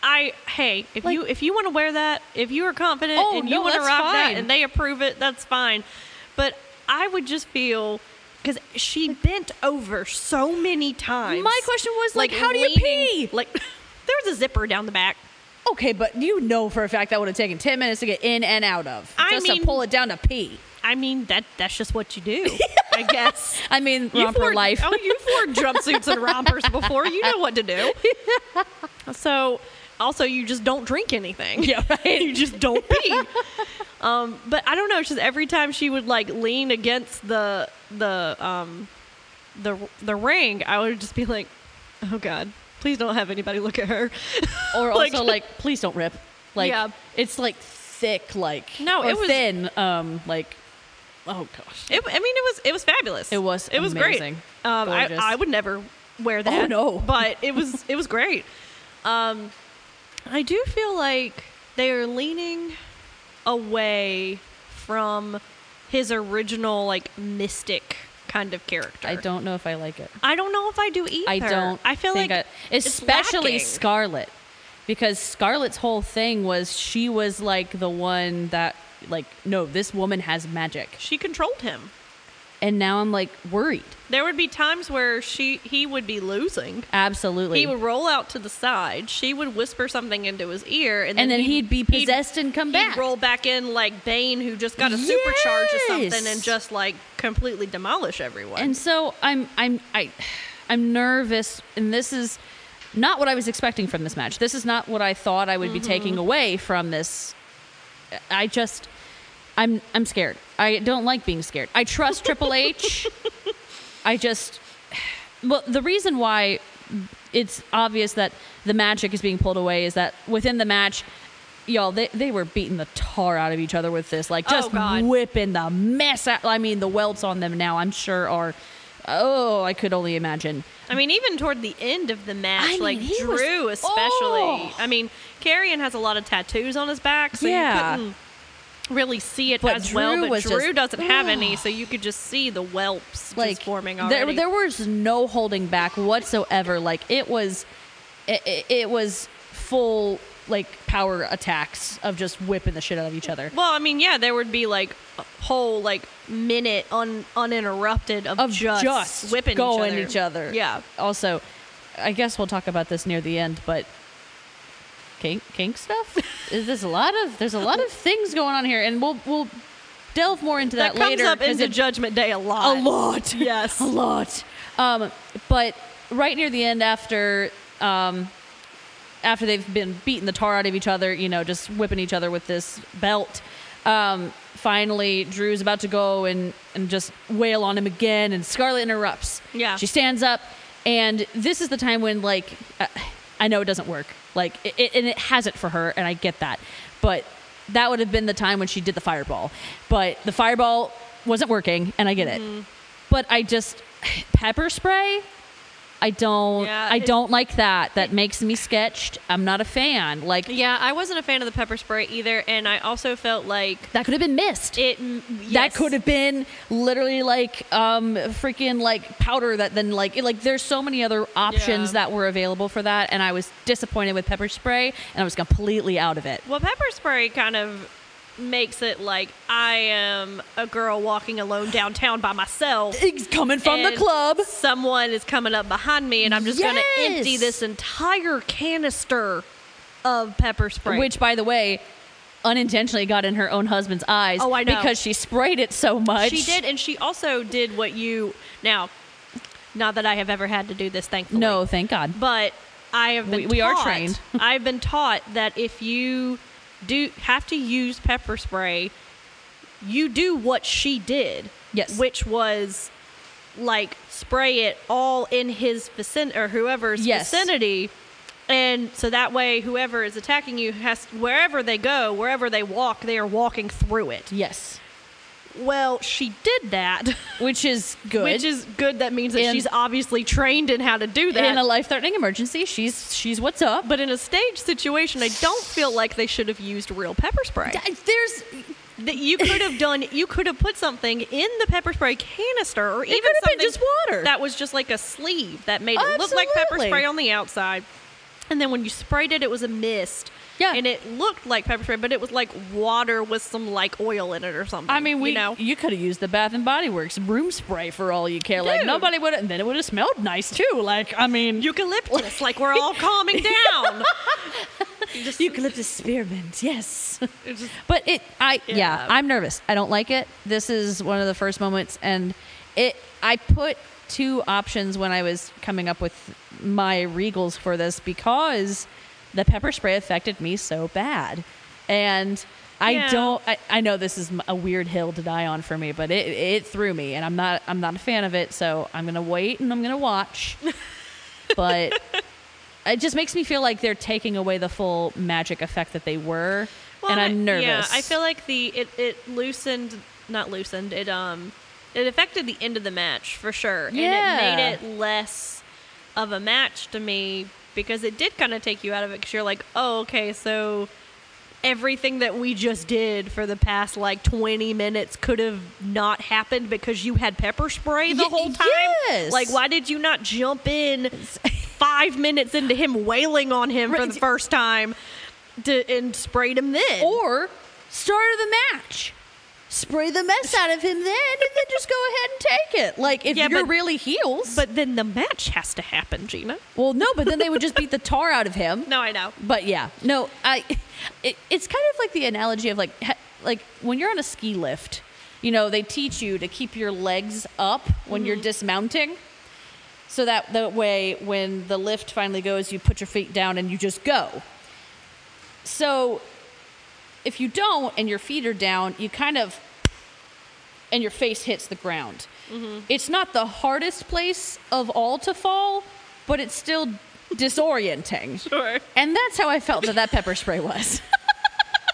I hey, if Oh. Like- you if you want to wear that, if you are confident Oh, and you no, want to that's rock that fine. and they approve it, that's fine. But I would just feel because she bent over so many times. My question was, like, how do you pee? Like there's a zipper down the back. okay, but you know for a fact that would have taken ten minutes to get in and out of, I just mean- to pull it down to pee. I mean that that's just what you do, I guess. I mean, You've romper worn- life. Oh, you've worn jumpsuits and rompers before. You know what to do. So, also, you just don't drink anything. Yeah, right. You just don't pee. um, but I don't know. It's just every time she would like lean against the the um the the ring, I would just be like, "Oh God, please don't have anybody look at her." or Like- also like please don't rip like Yeah. it's like thick like No, or it was- thin um like oh gosh It, I mean, it was it was fabulous. It was it was amazing. great. Um, I, Gorgeous. I would never wear that. Oh, no. but it was it was great. Um, I do feel like they are leaning away from his original like mystic kind of character. i don't know if i like it I don't know if I do either. i don't I feel think like I- it's especially lacking. scarlet because scarlet's whole thing was she was like the one that like no this woman has magic She controlled him. and now i'm like worried There would be times where she he would be losing. absolutely He would roll out to the side. She would whisper something into his ear, and then, and then he'd, be possessed and come he'd back roll back in like Bane, who just got a supercharge or something, Yes. and just like completely demolish everyone. And so I'm I'm I I'm nervous and this is not what I was expecting from this match. This is not what I thought I would be taking Mm-hmm. away from this. I just I'm I'm scared. I don't like being scared. I trust Triple H. I just well, the reason why it's obvious that the magic is being pulled away is that within the match, y'all, they, they were beating the tar out of each other with this, like Oh, just God. whipping the mess out. I mean, the welts on them now, I'm sure, are oh, I could only imagine. I mean, even toward the end of the match, I mean, like he was- Drew especially. Oh. I mean, Carrion has a lot of tattoos on his back, so Yeah. you couldn't really see it But as well. Drew But was Drew just- doesn't have any, so you could just see the whelps Like just forming already. there, there was no holding back whatsoever. Like it was, it, it, it was full like power attacks of just whipping the shit out of each other. Well, I mean, yeah, there would be like a whole like minute un- uninterrupted of, of just, just, whipping going each other. Yeah. Also, I guess we'll talk about this near the end, but kink kink stuff. Is there's a lot of there's a lot of things going on here, and we'll we'll delve more into that, that comes later. up 'cause into it- Judgment Day a a lot. lot. Yes. a lot. Um, but right near the end, after um, after they've been beating the tar out of each other, you know, just whipping each other with this belt. Um, finally, Drew's about to go and and just wail on him again, and Scarlet interrupts. Yeah. she stands up, and this is the time when like uh, I know it doesn't work, like it, it, and it hasn't for her, and I get that, but that would have been the time when she did the fireball, but the fireball wasn't working, and I get it, but I just pepper spray. I don't. Yeah, I it- don't like that. That makes me sketched. I'm not a fan. Like Yeah, I wasn't a fan of the pepper spray either, and I also felt like that could have been missed. it. Yes. That could have been literally like um freaking like powder that then like it, like there's so many other options Yeah. that were available for that and I was disappointed with pepper spray and I was completely out of it. Well, pepper spray kind of makes it like I am a girl walking alone downtown by myself. It's coming from the and club. Someone is coming up behind me, and I'm just going Yes. to empty this entire canister of pepper spray. Which, by the way, unintentionally got in her own husband's eyes. Oh, I know. Because she sprayed it so much. she did, and she also did what you now. Not that I have ever had to do this, thankfully. No, thank God. but I have been. We- we are taught- trained. I've been taught that if you do have to use pepper spray, you do what she did. Yes. which was like spray it all in his vicinity or whoever's Yes. vicinity. And so that way, whoever is attacking you has wherever they go, wherever they walk, they are walking through it. Yes. Well, she did that, Which is good. which is good. That means that And- she's obviously trained in how to do that. in a life-threatening emergency, she's she's what's up. But in a stage situation, I don't feel like they should have used real pepper spray. I- there's That you could have done, you could have put something in the pepper spray canister, or even could have been something just water. that was just like a sleeve that made it look like pepper Absolutely. spray on the outside, and then when you sprayed it, it was a mist. Yeah. and it looked like pepper spray, but it was like water with some like oil in it or something. I mean, we you know, you could have used the Bath and Body Works room spray for all you care. Like Dude. nobody would, and then it would have smelled nice too. Like I mean, eucalyptus, like we're all calming down. eucalyptus spearmint, yes. It's just- But it, I yeah. Yeah. I'm nervous. I don't like it. This is one of the first moments, and it. I put two options when I was coming up with my regals for this because the pepper spray affected me so bad, and. I Yeah. don't. I, I know this is m- a weird hill to die on for me, but it it threw me, and I'm not I'm not a fan of it. So I'm gonna wait and I'm gonna watch. but it just makes me feel like they're taking away the full magic effect that they were, Well, and I'm I- nervous. Yeah, I feel like the it, it loosened, not loosened. It um, it affected the end of the match for sure, Yeah. and it made it less of a match to me because it did kind of take you out of it because you're like, oh, okay, so everything that we just did for the past like 20 minutes could have not happened because you had pepper spray the Ye- whole time yes. like why did you not jump in five minutes into him wailing on him for Right. the first time to, and sprayed him then or start of the match. Spray the mess out of him then, and then just go ahead and take it. Like if Yeah, you're but- really heels, But then the match has to happen, Gina. well, no. But then they would just beat the tar out of him. No, I know. But yeah, no, I. It, it's kind of like the analogy of like ha- like when you're on a ski lift, you know, they teach you to keep your legs up when you're dismounting, so that that way when the lift finally goes, you put your feet down and you just go. So, if you don't and your feet are down, you kind of and your face hits the ground. It's not the hardest place of all to fall, but it's still disorienting. Sure. And that's how I felt that that pepper spray was.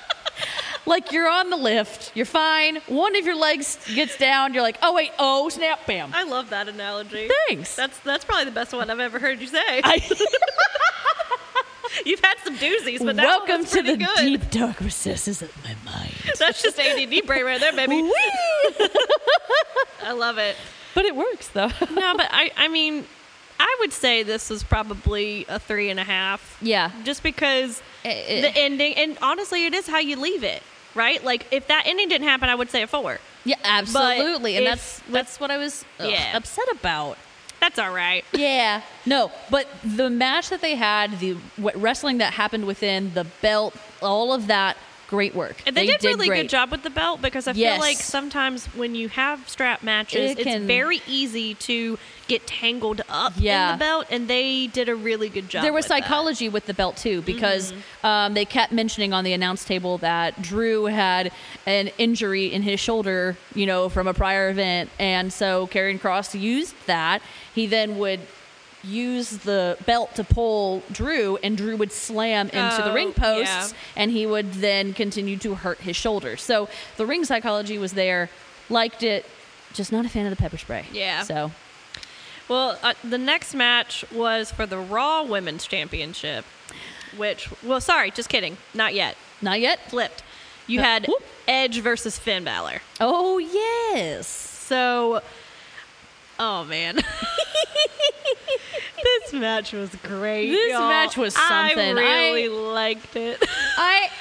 like you're on the lift, you're fine. One of your legs gets down, you're like, oh wait, oh snap, bam. I love that analogy. Thanks. That's that's probably the best one I've ever heard you say. I- You've had some doozies, but that one welcome was to pretty the good. deep dark recesses of my mind. That's just ADD brain right there, baby. I love it. But it works though. No, but I I mean, I would say this is probably a three and a half. Yeah. Just because Eh, eh. the ending, and honestly, it is how you leave it, right? Like if that ending didn't happen, I would say a four. Yeah, absolutely. and if- that's that's what I was ugh, Yeah. upset about. That's all right. Yeah. No, but the match that they had, the what, wrestling that happened within the belt, all of that, great work. And they, did, a really great. good job with the belt because I Yes. feel like sometimes when you have strap matches, It it's can- very easy to get tangled up in Yeah. the belt, and they did a really good job. There was with that. Mm-hmm. psychology with the belt too, because um, they kept mentioning on the announce table that Drew had an injury in his shoulder, you know, from a prior event, and so Karrion Cross used that. He then would use the belt to pull Drew, and Drew would slam into the Oh, ring posts, yeah. and he would then continue to hurt his shoulder. So the ring psychology was there. Liked it, just not a fan of the pepper spray. Yeah. So Well, uh, the next match was for the Raw Women's Championship, which, well, sorry, just kidding. Not yet. not yet. Flipped. You Uh, had whoop. Edge versus Finn Balor. Oh yes. So, oh man. this match was great. This y'all. match was I something. really I- liked it. I.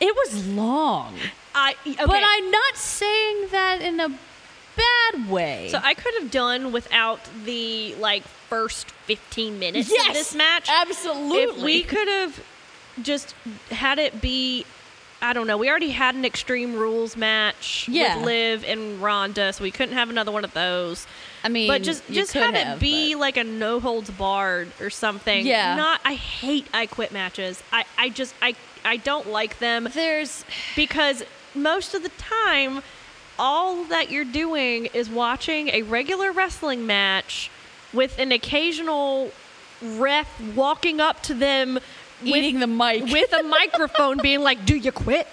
it was long, I okay. but I'm not saying that in a bad way. so I could have done without the like first 15 minutes yes, of this match. absolutely. If we could have just had it be, I don't know, we already had an Extreme Rules match Yeah. with Liv and Ronda, so we couldn't have another one of those. I mean, but just you just could have, have, it be but- like a no holds barred or something. Yeah. Not. I hate I quit matches. I I just I I don't like them there's because most of the time all that you're doing is watching a regular wrestling match with an occasional ref walking up to them eating the mic with a microphone being like do you quit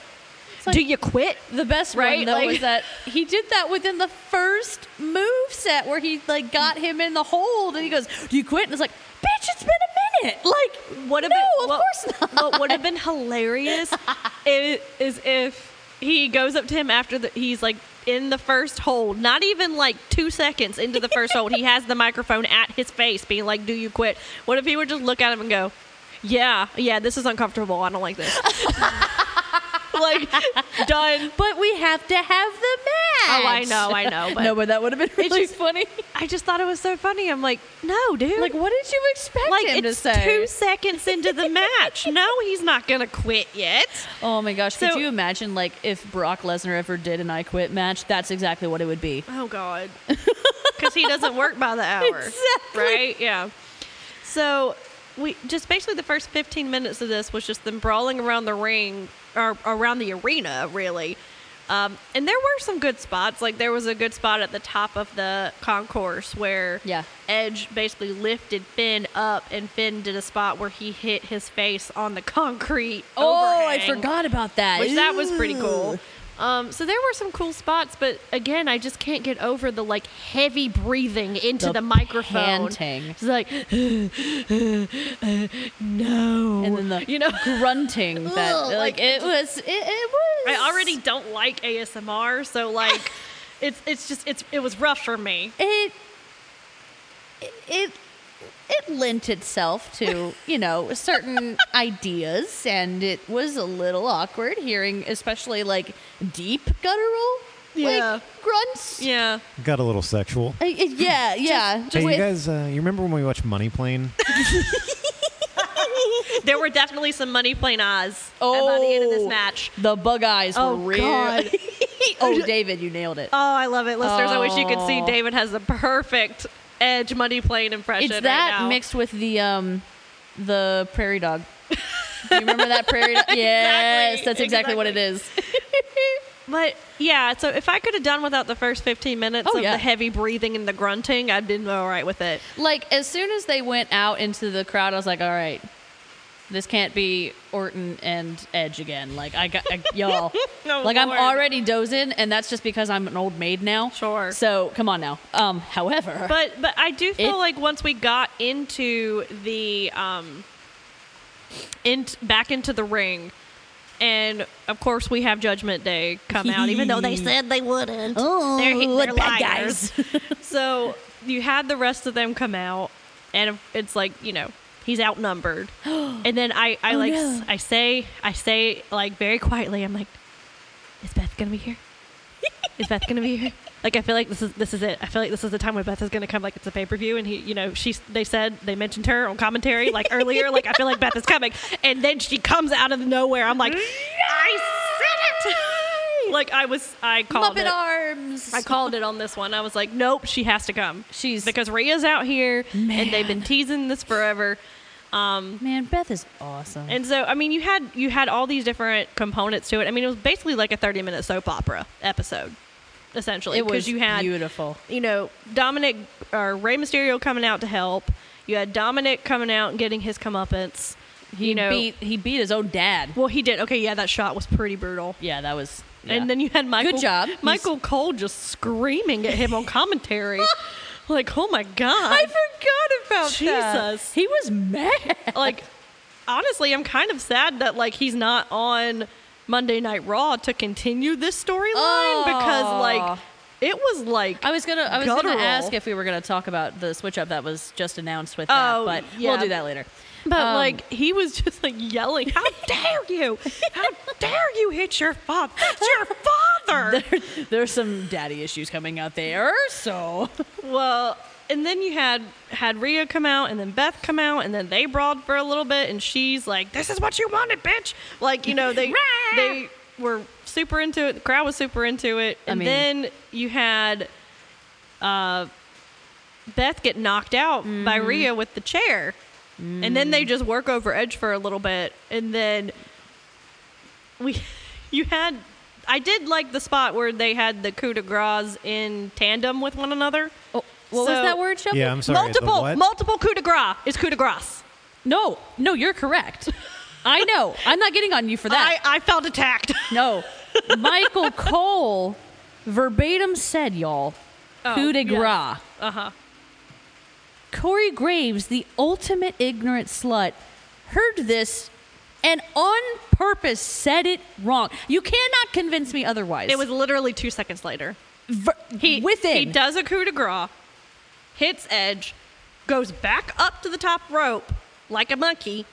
like- do you quit the best one Right, though like- was that he did that within the first move set where he like got him in the hold and he goes, "Do you quit?" And it's like, "Bitch, it's been a minute." Like, what no, if it, of what, course not. what would have been hilarious i- is if he goes up to him after the, he's like in the first hold not even like two seconds into the first hold he has the microphone at his face being like do you quit what if he would just look at him and go yeah yeah this is uncomfortable i don't like this like done But we have to have the match. Oh, I know, I know, but- no, but that would have been really just- funny. i just thought it was so funny i'm like no dude Like, what did you expect Like, him to it's say? two seconds into the match. No, he's not gonna quit yet. Oh my gosh! So- could you imagine, like, if Brock Lesnar ever did an "I Quit" match? That's exactly what it would be. Oh God, because he doesn't work by the hour, Exactly. right? Yeah. So we just basically the first fifteen minutes of this was just them brawling around the ring or around the arena, really. Um, and there were some good spots. Like there was a good spot at the top of the concourse where Yeah. Edge basically lifted Finn up, and Finn did a spot where he hit his face on the concrete. Oh, I overhang forgot about that. which that was pretty cool. Ew. Um, so there were some cool spots, but again, I just can't get over the like heavy breathing into The the, microphone. panting. It's like, no, And then the you know. grunting that, Ugh, like, like, it was, it, it was. I already don't like ASMR, so like, it's it's just it's it was rough for me. it it it lent itself to you know certain ideas and it was a little awkward hearing especially like deep guttural Yeah. like grunts Yeah, Got a little sexual. I- I- yeah yeah Hey, you With- guys, uh, you remember when we watched Money Plane? there were definitely some money plane eyes oh by the end of this match. the bug eyes Oh, were real God. oh david you nailed it Oh, I love it, listeners! I wish you could see Oh. David has the perfect edge money plane impression. it's right that now. mixed with the um the prairie dog do you remember that prairie dog yes that's exactly, what it is But yeah, so if I could have done without the first 15 minutes Oh, of yeah. the heavy breathing and the grunting, I'd been all right with it. Like as soon as they went out into the crowd, I was like, "All right, this can't be Orton and Edge again." Like I got I, y'all. Oh, like I'm Lord. already dozing, and that's just because I'm an old maid now. Sure. So come on now. Um. However, But but I do feel It- like once we got into the um in back into the ring and of course we have Judgment Day come out even though they said they wouldn't. Oh, they're, hi- what they're bad liars. so you had the rest of them come out and it's like, you know, he's outnumbered. and then I I like s- no. I say I say like very quietly I'm like is Beth going to be here? Is Beth going to be here? Like I feel like this is this is it. I feel like this is the time when Beth is going to come. Like it's a pay per view, and he, you know, she they said they mentioned her on commentary like earlier. Like I feel like Beth is coming, and then she comes out of nowhere. I'm like, I said it. Like I was, I called Muppet it. arms. I called it on this one. I was like, nope, she has to come. She's- because Rhea's out here, and they've been Man. teasing this forever. Um, Man, Beth is awesome. and so I mean, you had you had all these different components to it. I mean, it was basically like a thirty minute soap opera episode, essentially. it 'cause was you had beautiful. you know Dominic or Rey Mysterio coming out to help. You had Dominic coming out and getting his comeuppance. He you know, beat he beat his own dad. well, he did. Okay, yeah, that shot was pretty brutal. Yeah, that was. yeah. And then you had Michael. Good job. Michael Cole just screaming at him on commentary. like, oh my God. I forgot Oh, about that. Jesus. he was mad. Like, honestly, I'm kind of sad that, like, he's not on Monday Night Raw to continue this storyline because, like, Oh. it was like. I was gonna I was Guttural. gonna ask if we were gonna talk about the switch up that was just announced with Oh, that, but yeah. we'll do that later. But Um, like he was just like yelling, "How dare you! How dare you hit your father! That's your father!" there, there's some daddy issues coming out there, so Well, and then you had had Rhea come out, and then Beth come out, and then they brawled for a little bit, and she's like, "This is what you wanted, bitch!" Like you know they they were super into it. The crowd was super into it, I and mean- then you had uh, Beth get knocked out by Mm-hmm. Rhea with the chair, and then Mm. they just work over Edge for a little bit, and then we you had. I did like the spot where they had the coup de grace in tandem with one another. Oh, what was So- that word, Shelby? Yeah, I'm sorry. the multiple, what? multiple coup de grace is coup de grace. No, no, you're correct. I know. I'm not getting on you for that. I, I felt attacked. no. Michael Cole verbatim said, y'all, coup de Oh, yeah. Uh-huh. grace. Uh huh. Corey Graves, the ultimate ignorant slut, heard this and on purpose said it wrong. You cannot convince me otherwise. It was literally two seconds later. Ver- He within. He does a coup de grace, hits edge, goes back up to the top rope like a monkey,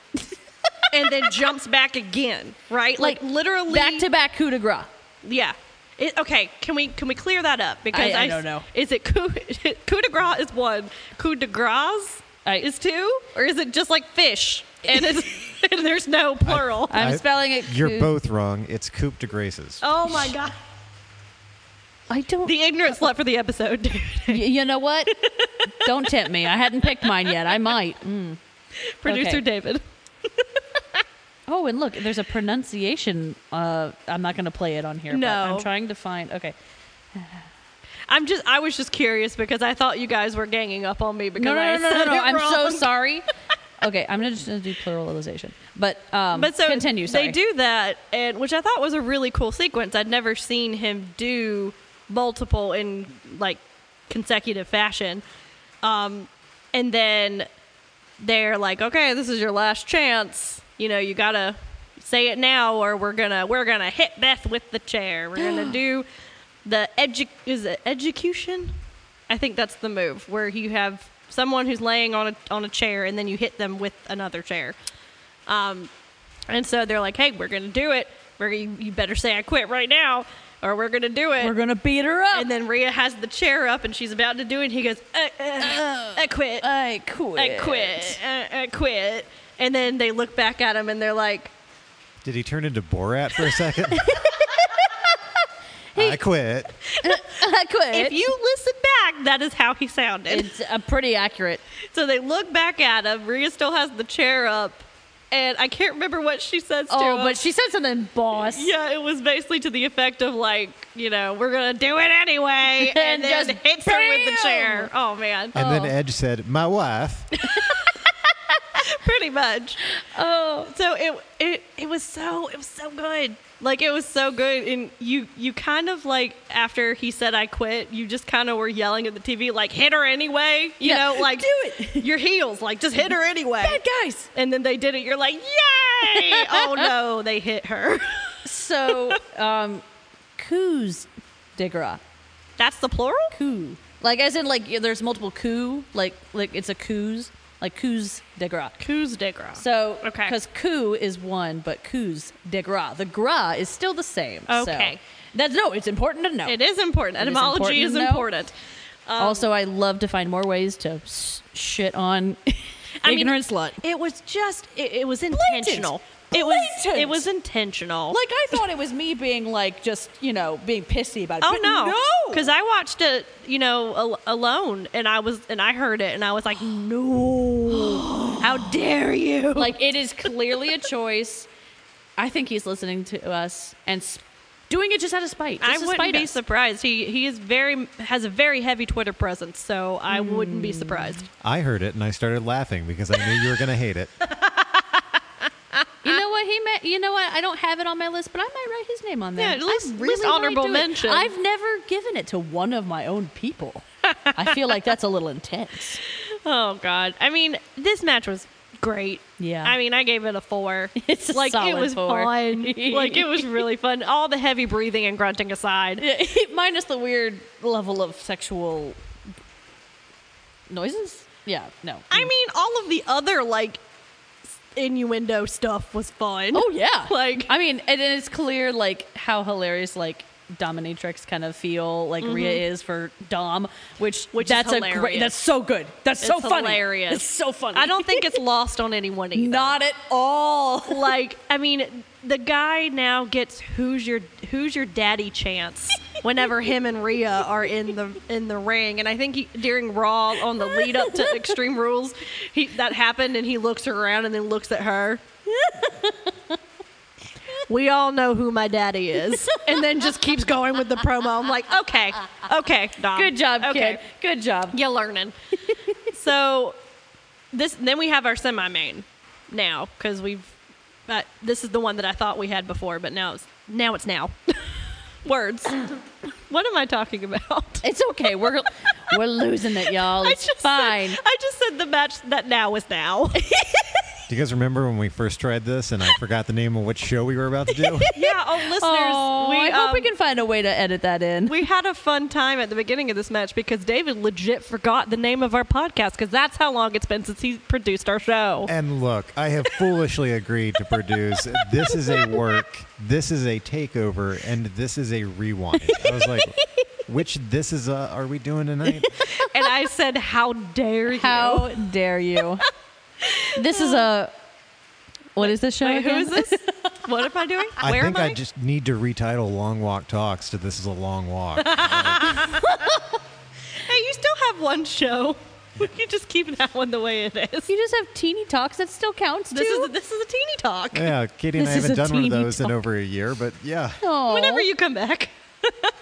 and then jumps back again. Right, like, literally back to back coup de grace. Yeah. It, okay, can we can we clear that up? Because I s- don't know. Is it coup, coup de grace is one, coup de grace I- is two, or is it just like fish and it's and there's no plural? I'm spelling it You're coup- both wrong. It's Coop de Graces. oh my god, I don't. the ignorant slut for the episode. dude. y- you know what? don't tempt me. I hadn't picked mine yet. I might. Mm. Producer Okay. David. Oh, and look, there's a pronunciation. Uh, I'm not going to play it on here. No. But I'm trying to find. Okay. I'm just I was just curious because I thought you guys were ganging up on me because No, I no, no, no, said no, no. it I'm so wrong. sorry. Okay, I'm gonna just gonna do pluralization. But um, But so continue. Sorry. they do that, and which I thought was a really cool sequence. I'd never seen him do multiple in like consecutive fashion. Um, and then they're like, "Okay, this is your last chance. You know, you gotta say it now, or we're gonna we're gonna hit Beth with the chair. We're gonna do the edu- is it execution? I think that's the move where you have someone who's laying on a on a chair, and then you hit them with another chair. Um, and so they're like, "Hey, we're gonna do it. We're you, you better say I quit right now, or we're gonna do it." We're gonna beat her up. and then Rhea has the chair up, and she's about to do it. And he goes, uh, uh, "I quit. I quit. I quit. Uh, I quit." And then they look back at him, and they're like, Did he turn into Borat for a second? I quit. I quit. "If you listen back, that is how he sounded." it's uh, pretty accurate. so they look back at him. Rhea still has the chair up, and I can't remember what she says to Oh, him. but she said something, boss. Yeah, it was basically to the effect of like, you know, we're gonna do it anyway, and, And then just hits her with the bam! chair. Oh man, And then Oh. Edge said, "My wife." pretty much. Oh, So it it it was so it was so good. Like it was so good, and you you kind of like after he said I quit, you just kind of were yelling at the TV like hit her anyway, you Yeah, know, like do it. your heels, like just hit her anyway. bad guys. And then they did it. You're like, yay! oh no, they hit her. So, um, coups de grace. That's the plural. coup. Like as in like yeah, there's multiple coup, like like it's a coups, like coups de gras. Coups de grace. So Okay. because coup is one, but coups de gras. The gras is still the same. Okay. So That's no, it's important to know. It is um, important. It is Etymology important is to know. important. also, I love to find more ways to s- shit on I mean, ignorant slut. It was just it, it was intentional. It was Blatant. it was intentional. Like I thought it was me being like just you know being pissy about it. oh but no, no, because I watched it, you know, al- alone, and I was and I heard it, and I was like, no, how dare you? like it is clearly a choice. I think he's listening to us and s- doing it just out of spite. Just I to wouldn't spite be us. surprised. He he is very has a very heavy Twitter presence, so I wouldn't Mm. be surprised. I heard it and I started laughing because I knew you were going to hate it. You know what he meant? You know what? I don't have it on my list, but I might write his name on there. Yeah, at least- I at really least might honorable do it. mention. I've never given it to one of my own people. I feel like that's a little intense. Oh God! I mean, this match was great. Yeah. I mean, I gave it a four. It's a like solid it was four. fun. like it was really fun. All the heavy breathing and grunting aside. Minus the weird level of sexual noises. Yeah, no. I mean, all of the other like s- innuendo stuff was fun. Oh yeah. Like- I mean, and it's clear like how hilarious like dominatrix kind of feel like Rhea is for Dom, Mm-hmm. which Which is that's a great hilarious. that's so good. That's so It's funny. hilarious. It's so funny. I don't think it's lost on anyone either. not at all. like I mean, the guy now gets who's your who's your daddy chance whenever him and Rhea are in the in the ring, and I think he, during Raw on the lead up to Extreme Rules, he that happened, and he looks her around and then looks at her. We all know who my daddy is, and then just keeps going with the promo. I'm like, okay, okay, Dom. Good job, okay. kid. Good job. You're learning. so this then we have our semi main now because we've uh, this is the one that I thought we had before, but now it's now it's now. Words. what am I talking about? It's okay. We're we're losing it, y'all. I It's just fine. Said, I just said the match that now is now. Do you guys remember when we first tried this and I forgot the name of what show we were about to do? yeah, oh listeners, Aw, we, I hope we um, can find a way to edit that in. we had a fun time at the beginning of this match because David legit forgot the name of our podcast because that's how long it's been since he produced our show. And look, I have foolishly agreed to produce. This is a work. This is a takeover, and this is a rewind. I was like, which this is uh are we doing tonight? and I said, "How dare you?" How dare you? this is a what is this show? Wait, who again? is this? what am I doing? I Where think am I? I just need to retitle "Long Walk Talks" to "This is a Long Walk." hey, you still have one show. We can just keep that one the way it is. You just have teeny talks that still counts This too. is this is a teeny talk. yeah, Katie and I This is haven't a done one of teeny those in talk. over a year, but yeah. Aw. Whenever you come back.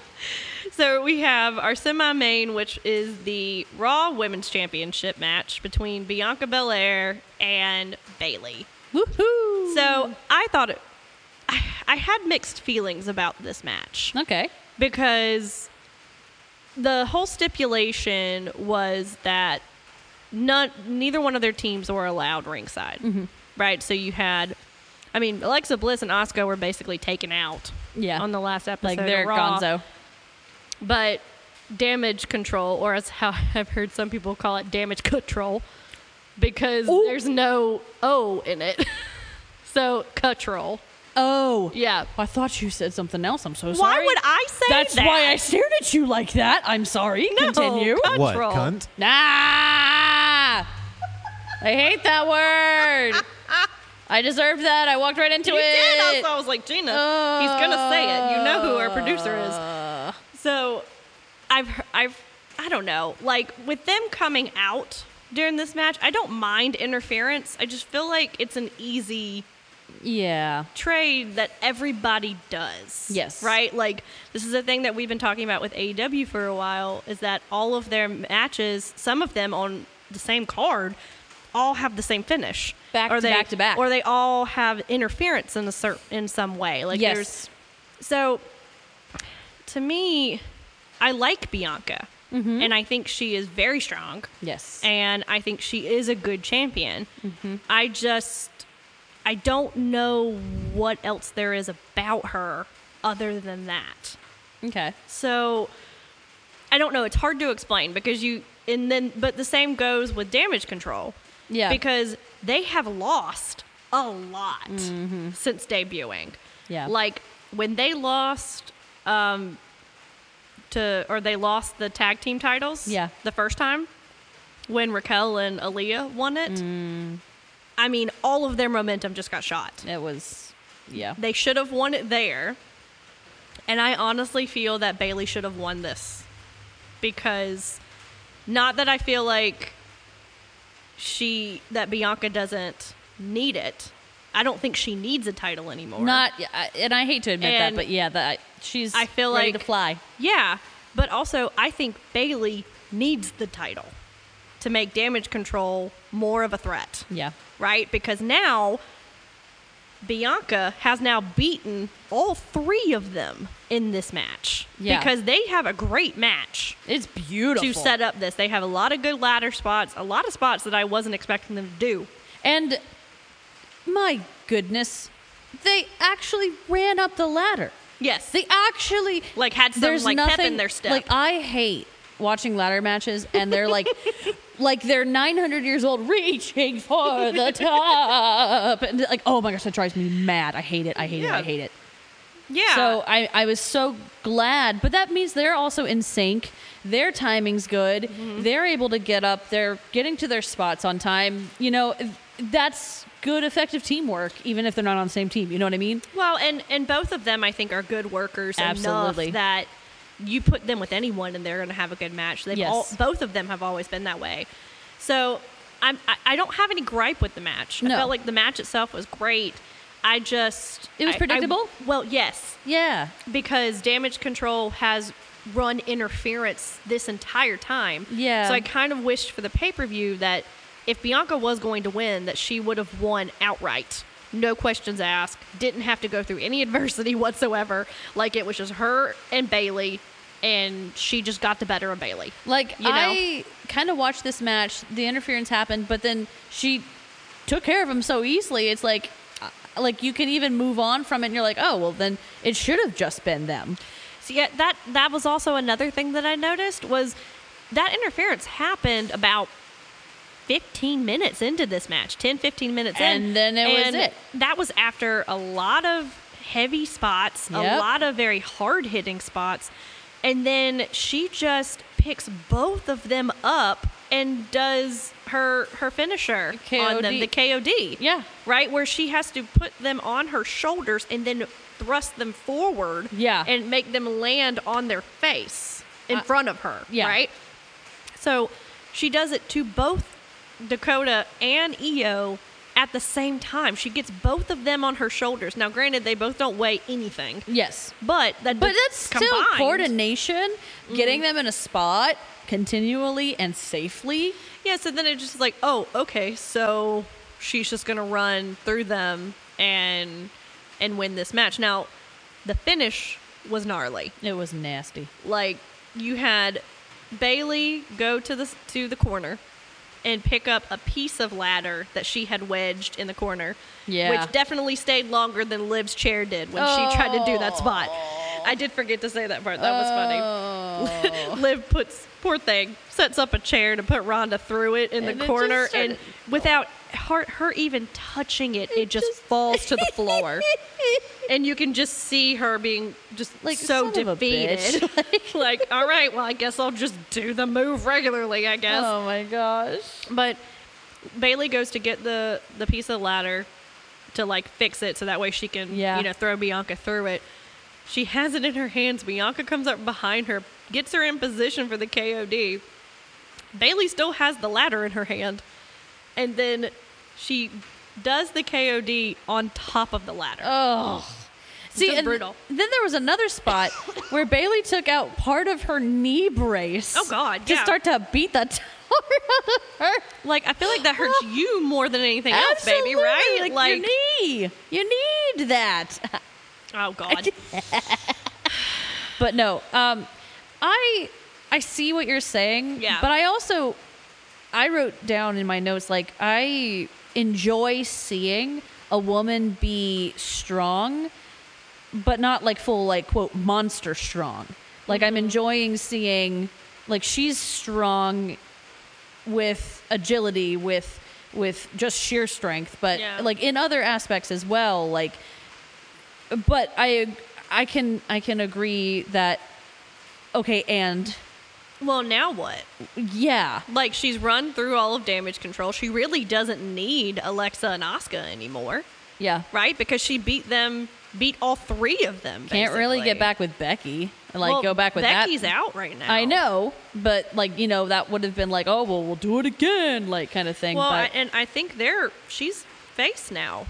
so we have our semi-main, which is the Raw Women's Championship match between Bianca Belair and Bailey. Woohoo. So I thought it. I, I had mixed feelings about this match. okay. because the whole stipulation was that none, neither one of their teams were allowed ringside, right? So you had, I mean, Alexa Bliss and Oscar were basically taken out, Yeah. on the last episode, Like they're of Raw. gonzo. But damage control, or as how I've heard some people call it, damage control, because there's no O in it. so control, Oh. yeah. I thought you said something else. I'm so Why sorry. would I say That's that? why I stared at you like that. I'm sorry. No, Continue. come What Control. cunt? Nah. I hate that word. I deserved that. I walked right into He it. did. Also, I was like, Gina, he's gonna say it. You know who our producer is. Uh. So, I've, he- I've, I don't know. Like with them coming out during this match, I don't mind interference. I just feel like it's an easy Yeah. trade that everybody does. Yes. Right? Like this is a thing that we've been talking about with AEW for a while is that all of their matches, some of them on the same card, all have the same finish. Back or to they, back to back. Or they all have interference in a certain in some way. Like yes. there's so to me, I like Bianca. Mm-hmm. And I think she is very strong Yes. and I think she is a good champion. I just I don't know what else there is about her other than that. okay. So I don't know, it's hard to explain because you and then but the same goes with damage control. Yeah. Because they have lost a lot since debuting. Mm-hmm. Yeah. Like when they lost um, to or they lost the tag team titles. Yeah. The first time when Raquel and Aaliyah won it. Mm. I mean, all of their momentum just got shot. It was, yeah. They should have won it there. And I honestly feel that Bailey should have won this because not that I feel like she that Bianca doesn't need it. I don't think she needs a title anymore. Not, yeah, I- and I hate to admit that, And but yeah, that she's. I feel ready like- to fly. Yeah, but also I think Bailey needs the title to make damage control more of a threat, Yeah, right? Because now Bianca has now beaten all three of them in this match Yeah. because they have a great match it's beautiful. to set up this. They have a lot of good ladder spots, a lot of spots that I wasn't expecting them to do. And my goodness, they actually ran up the ladder. Yes. They actually Like, had some, there's like, pep nothing, in their step. Like I hate watching ladder matches, and they're like, like they're 900 years old, reaching for the top, and like oh my gosh, that drives me mad. I hate it. I hate it. I Yeah. hate it. yeah. So I, I was so glad, but that means they're also in sync. Their timing's good. Mm-hmm. They're able to get up. They're getting to their spots on time. You know, that's good, effective teamwork, even if they're not on the same team. You know what I mean? Well, and and both of them, I think, are good workers. Absolutely. Enough that you put them with anyone, and they're going to have a good match. They've Yes. all, both of them have always been that way. So I'm, I I don't have any gripe with the match. No. I felt like the match itself was great. I just It was I- I- predictable? well, yes, Yeah. because damage control has run interference this entire time. Yeah. So I kind of wished for the pay per view that if Bianca was going to win, that she would have won outright. No questions asked. Didn't have to go through any adversity whatsoever. Like it was just her and Bailey, and she just got the better of Bailey. Like You know? I kind of watched this match. The interference happened, but then she took care of him so easily. It's like, uh, like you can even move on from it, and you're like, oh well, then it should have just been them. So yeah, that that was also another thing that I noticed was that interference happened about 15 minutes into this match, 10 15 minutes in. And then it was And it. That was after a lot of heavy spots, Yep. a lot of very hard hitting spots. And then she just picks both of them up and does her her finisher on them, KOD. the KOD. Yeah. Right? Where she has to put them on her shoulders and then thrust them forward Yeah. and make them land on their face in Uh, front of her. yeah. Right? So she does it to both Dakota and EO at the same time. She gets both of them on her shoulders. Now, granted, they both don't weigh anything, Yes. but that But that's still combined- Mm-hmm. coordination, getting them in a spot continually and safely. Yeah, so then it's just like, oh, okay, so she's just gonna run through them and and win this match. Now, the finish was gnarly. It was nasty. Like you had Bailey go to the to the corner and pick up a piece of ladder that she had wedged in the corner. Yeah. Which definitely stayed longer than Liv's chair did when she tried to do Oh. that spot. I did forget to say that part. That was funny. Oh. Liv puts poor thing sets up a chair to put Rhonda through it in And it the just corner, started- and without her, her even touching it, it, just, falls to the floor, and you can just see her being just Like, like so son of a defeated. bitch. like, all right, well, I guess I'll just do the move regularly. I guess, Oh my gosh. but Bailey goes to get the the piece of ladder to like fix it so that way she can Yeah. you know throw Bianca through it. She has it in her hands. Bianca comes up behind her, gets her in position for the KOD. Bailey still has the ladder in her hand. And then she does the KOD on top of the ladder. Oh. See, just and brutal. then there was another spot where Bailey took out part of her knee brace. Oh, God, To yeah. start to beat the tar out of her. like I feel like that hurts you more than anything else, baby, right? Like, your knee. You need that. oh god. But no, um, I I see what you're saying. Yeah. But I also I wrote down in my notes like I enjoy seeing a woman be strong, but not like full like quote monster strong. Like I'm enjoying seeing like she's strong with agility with with just sheer strength but Yeah. like in other aspects as well like but i I can I can agree that okay, and Well, now what? yeah. Like she's run through all of damage control. She really doesn't need Alexa and Asuka anymore, Yeah. right? Because she beat them, beat all three of them. Can't really basically. get back with Becky. Like Well, go back with Becky's that. out right now. I know, but like, you know, that would have been like, oh well we'll do it again, like kind of thing. Well, I, but and I think they're she's face now.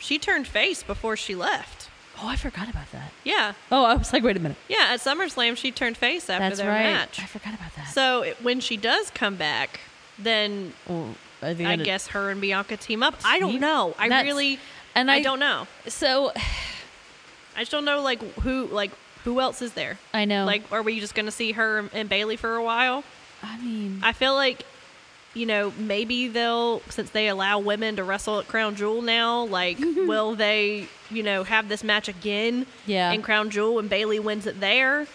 She turned face before she left. Oh, I forgot about that. Yeah, Oh, I was like, wait a minute. yeah. At SummerSlam, she turned face after That's their right. match. I forgot about that. So it, when she does come back, then Well, I, think I that- guess her and Bianca team up. I See? don't know. I That's- really and I, I- don't know. So I just don't know like who like who else is there. I know. Like are we just going to see her and Bailey for a while? I mean, I feel like you know, maybe they'll since they allow women to wrestle at Crown Jewel now, like will they, you know, have this match again Yeah. in Crown Jewel and Bailey wins it there?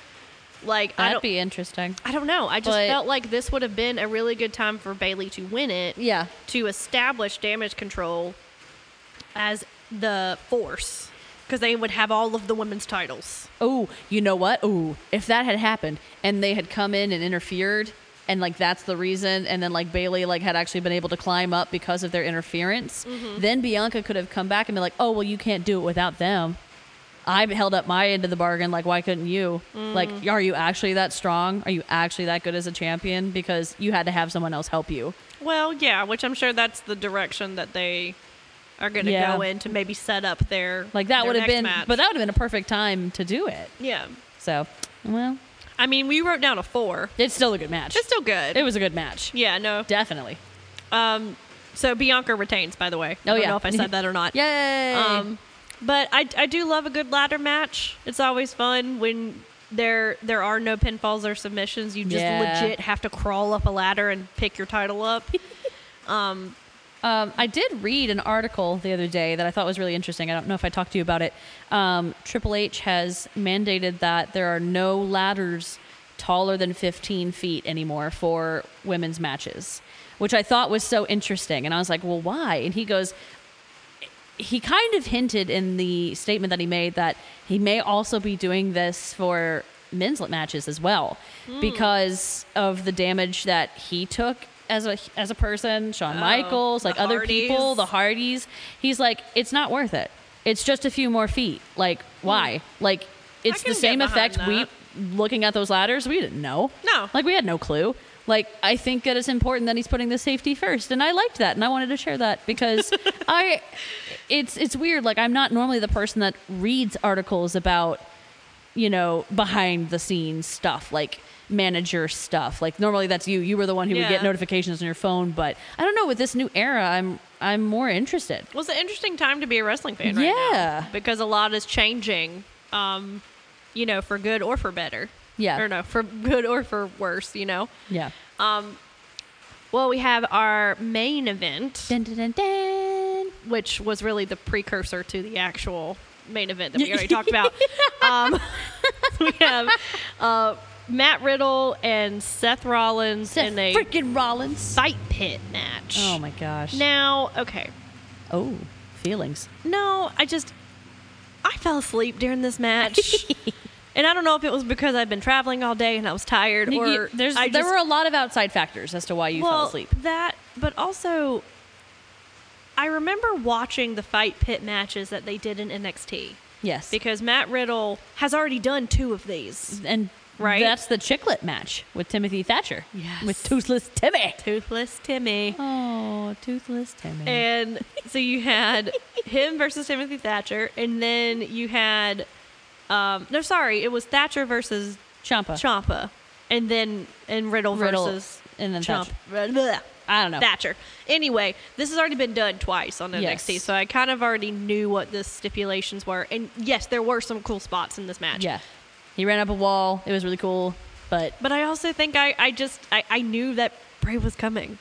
Like I that'd don't be interesting. I don't know. I just But- felt like this would have been a really good time for Bailey to win it. Yeah. To establish damage control as the force. Because they would have all of the women's titles. Oh, you know what? Oh, if that had happened and they had come in and interfered and like that's the reason and then like Bailey like had actually been able to climb up because of their interference, Mm-hmm. then Bianca could have come back and been like, "Oh, well you can't do it without them." I held up my end of the bargain like why couldn't you? Mm. Like are you actually that strong? Are you actually that good as a champion because you had to have someone else help you? Well, yeah, which I'm sure that's the direction that they are going to Yeah. go in to maybe set up their Like that their would have next been match. but that would have been a perfect time to do it. yeah. So, well, I mean, we wrote down a four. it's still a good match. It's still good. it was a good match. yeah, no. Definitely. So Bianca retains, by the way. Oh, I don't yeah. know if I said that or not. Yay! Um, but I, I do love a good ladder match. It's always fun when there there are no pinfalls or submissions. You just Yeah. legit have to crawl up a ladder and pick your title up. Um, I did read an article the other day that I thought was really interesting. I don't know if I talked to you about it. Um, Triple H has mandated that there are no ladders taller than 15 feet anymore for women's matches, which I thought was so interesting. And I was like, well, why? And he goes, he kind of hinted in the statement that he made that he may also be doing this for men's matches as well Hmm. because of the damage that he took as a as a person, Shawn Michaels, like Oh, the other people, Hardys. the Hardys. He's like, it's not worth it. It's just a few more feet. Like, why? Like, it's Hmm. can the get same behind effect we that. looking at those ladders. We didn't know. No. like we had no clue. Like, I think that it's important that he's putting the safety first, and I liked that, and I wanted to share that because I, it's it's weird. Like, I'm not normally the person that reads articles about you know, behind the scenes stuff, like manager stuff. Like normally that's you. You were the one who would get Yeah. notifications on your phone, but I don't know, with this new era, I'm I'm more interested. Well, it's an interesting time to be a wrestling fan right now. Yeah. Because a lot is changing, um, you know, for good or for better. Yeah. Or no, for good or for worse, you know. Yeah. Well, we have our main event, Dun, dun, dun, dun. which was really the precursor to the actual main event that we already talked about. Um, we have uh, Matt Riddle and Seth Rollins Seth in a freaking Rollins. fight pit match. Oh my gosh. Now, okay. oh, feelings. No, I just I fell asleep during this match. and I don't know if it was because I'd been traveling all day and I was tired You- or you- there's I there just- were a lot of outside factors as to why you well, fell asleep. That but also I remember watching the fight pit matches that they did in NXT Yes. because Matt Riddle has already done two of these. and Right? that's the chicklet match with Timothy Thatcher. Yes. With toothless Timmy. Toothless Timmy. Oh, toothless Timmy. And so you had him versus Timothy Thatcher, and then you had, um, no, sorry, it was Thatcher versus Champa. Champa, and then and Riddle, Riddle versus and then Champa. I don't know. Thatcher. Anyway, this has already been done twice on NXT, Yes. so I kind of already knew what the stipulations were. And yes, there were some cool spots in this match. Yeah. He ran up a wall. It was really cool. But But I also think I, I just I, I knew that Bray was coming.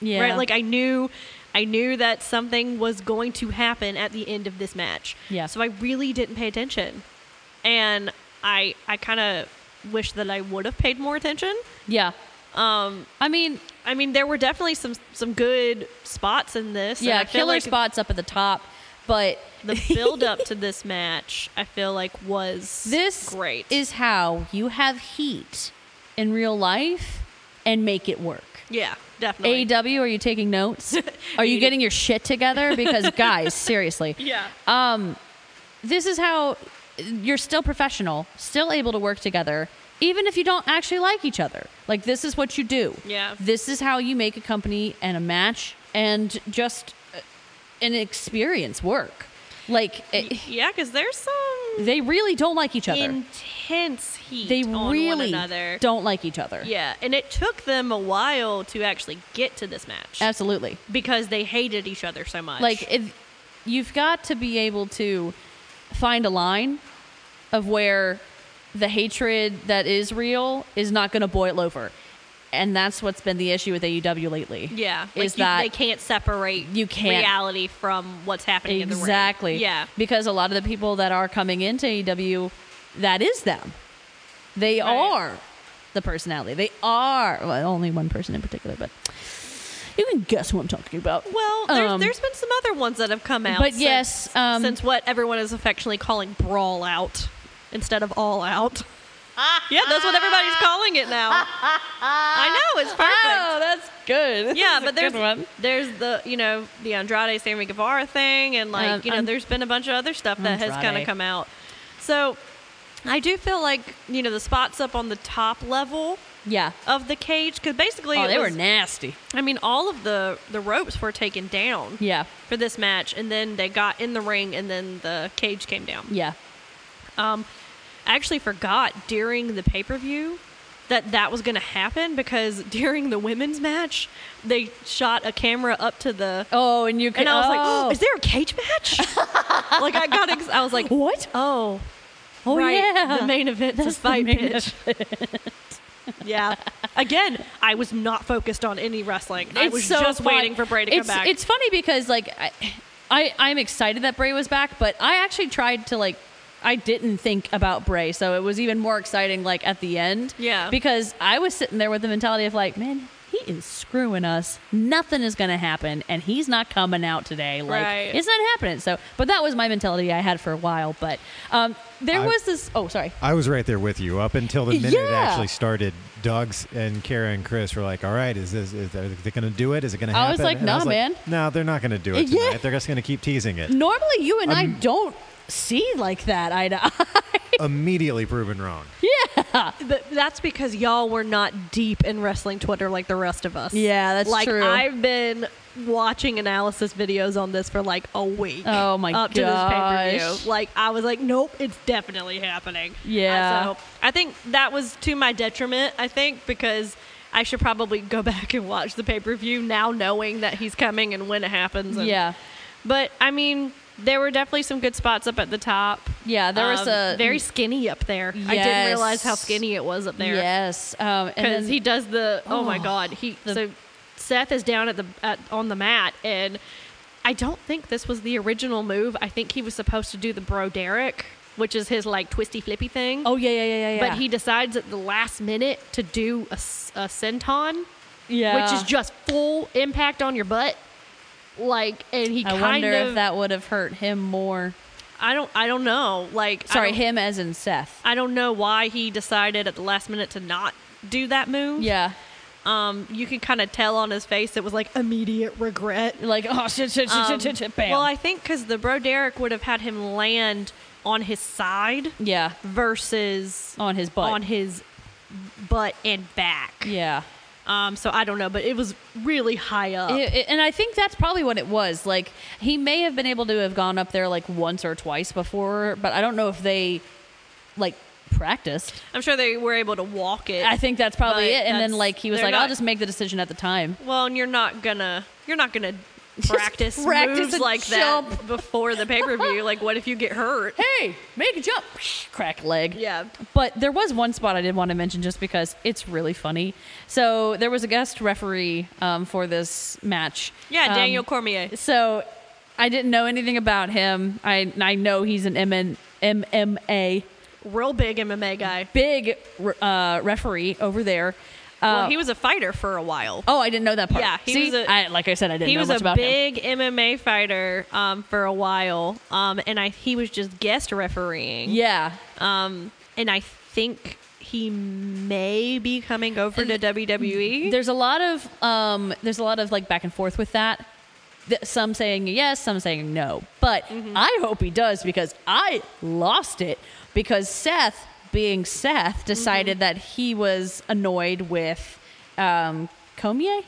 yeah. Right? Like I knew I knew that something was going to happen at the end of this match. Yeah. So I really didn't pay attention. And I I kind of wish that I would have paid more attention. Yeah. Um I mean, I mean, there were definitely some some good spots in this. and yeah, I feel killer like- spots up at the top. But the build up to this match, I feel like was this great. is how you have heat in real life and make it work. yeah, definitely. AEW, E are you taking notes? Are you getting your shit together? Because guys, seriously, yeah, this is how you're still professional, still able to work together, even if you don't actually like each other. Like this is what you do. Yeah. This is how you make a company and a match and just uh, an experience work. Like it, yeah, because there's some they really don't like each other. intense heat. they on one really another. don't like each other. Yeah, and it took them a while to actually get to this match Absolutely. because they hated each other so much. Like if you've got to be able to find a line of where the hatred that is real is not going to boil over. And that's what's been the issue with AEW lately. yeah, like is you- that they can't separate You can't. reality from what's happening in the ring. exactly? Yeah, because a lot of the people that are coming into AEW, that is them. They Right. are the personality. They are well, only one person in particular, but you can guess who I'm talking about. Well, there's, Um, there's been some other ones that have come out. but since, yes, um, since what everyone is affectionately calling brawl out instead of all out. yeah, that's what everybody's calling it now. I know it's perfect. Oh, that's good. yeah, That's a but there's good one. there's the you know the Andrade Sammy Guevara thing, and like Um, you know um, there's been a bunch of other stuff that has kind Andrade. of come out. So I do feel like you know the spots up on the top level yeah. of the cage because basically Oh, it they were was- nasty. I mean all of the the ropes were taken down. Yeah, for this match, and then they got in the ring, and then the cage came down. yeah. I actually forgot during the pay per view that that was going to happen because during the women's match, they shot a camera up to the. Oh, and you And can. I was like, oh. oh, "Is there a cage match?" like I got, ex- I was like, What? Oh, Oh, right, yeah. the main event That's is the fight main pitch." yeah. Again, I was not focused on any wrestling. I It's was so just fun. waiting for Bray to it's, come back. It's funny because like I, I, I'm excited that Bray was back, but I actually tried to like. I didn't think about Bray, so it was even more exciting. Like at the end, Yeah. because I was sitting there with the mentality of like, man, he is screwing us. Nothing is going to happen, and he's not coming out today. Like Right. it's not happening. So, but that was my mentality I had for a while. But um, there I- was this. Oh, sorry. I was right there with you up until the minute it Yeah. actually started. Doug's and Kara and Chris were like, "All right, is this? Is, are they going to do it? Is it going to happen?" I was like, And "Nah, man." No, they're not going to do it Yeah. tonight. They're just going to keep teasing it." Normally, you and I don't see like that eye to eye. Immediately proven wrong. But that's because y'all were not deep in wrestling Twitter like the rest of us. Yeah, that's like, true. I've been watching analysis videos on this for like a week. Oh my Up to this pay per gosh. view, like I was like, nope, it's definitely happening. Yeah. Uh, so I think that was to my detriment. I think because. I should probably go back and watch the pay per view now, knowing that he's coming and when it happens. and- Yeah. but I mean, there were definitely some good spots up at the top. Um, Yeah, there was a- very skinny up there. I didn't Yes. realize how skinny it was up there. Yes, um, and because then he does the oh, my Oh, god he the- so Seth is down at the at, on the mat and I don't think this was the original move. I think he was supposed to do the bro Derek, which is his like twisty flippy thing. oh yeah, yeah, yeah, yeah. But he decides at the last minute to do a, s- a senton, yeah, which is just full impact on your butt. Like, and he I kind wonder of if that would have hurt him more. I don't I don't know. Like I Sorry, don't- him as in Seth. I don't know why he decided at the last minute to not do that move. Yeah, Um, you could kind of tell on his face it was like immediate regret. like oh shit, shit, shit, shit, shit, shit, bam. Well, I think because the Bro Derek would have had him land on his side yeah, versus on his butt. on his butt and back. yeah, Um, so I don't know, but it was really high up. It- it- and I think that's probably what it was. Like he may have been able to have gone up there like once or twice before, but I don't know if they like practiced. I'm sure they were able to walk it. I think that's probably But it. And then that's- like he was they're like, not- I'll just make the decision at the time. Well, and you're not gonna you're not gonna practice, practice moves and like jump. that before the pay per view. like, what if you get hurt? hey, make a jump, crack leg. Yeah. But there was one spot I did want to mention just because it's really funny. So there was a guest referee um, for this match. Yeah, Um, Daniel Cormier. So I didn't know anything about him. I I know he's an MN, MMA Real big MMA guy. big re- uh, referee over there. well, he was a fighter for a while. Oh, I didn't know that part. Yeah, he See, was a- I- like I said, I didn't he know was much a about him. big MMA fighter um, for a while, um, and I he was just guest refereeing. Yeah, Um, and I think he may be coming over to E. WWE. there's a lot of um, there's a lot of like back and forth with that. Th- Some saying yes, some saying no. But Mm-hmm. I hope he does because I lost it because Seth, being Seth, Mm-hmm. decided that he was annoyed with um, Cormier.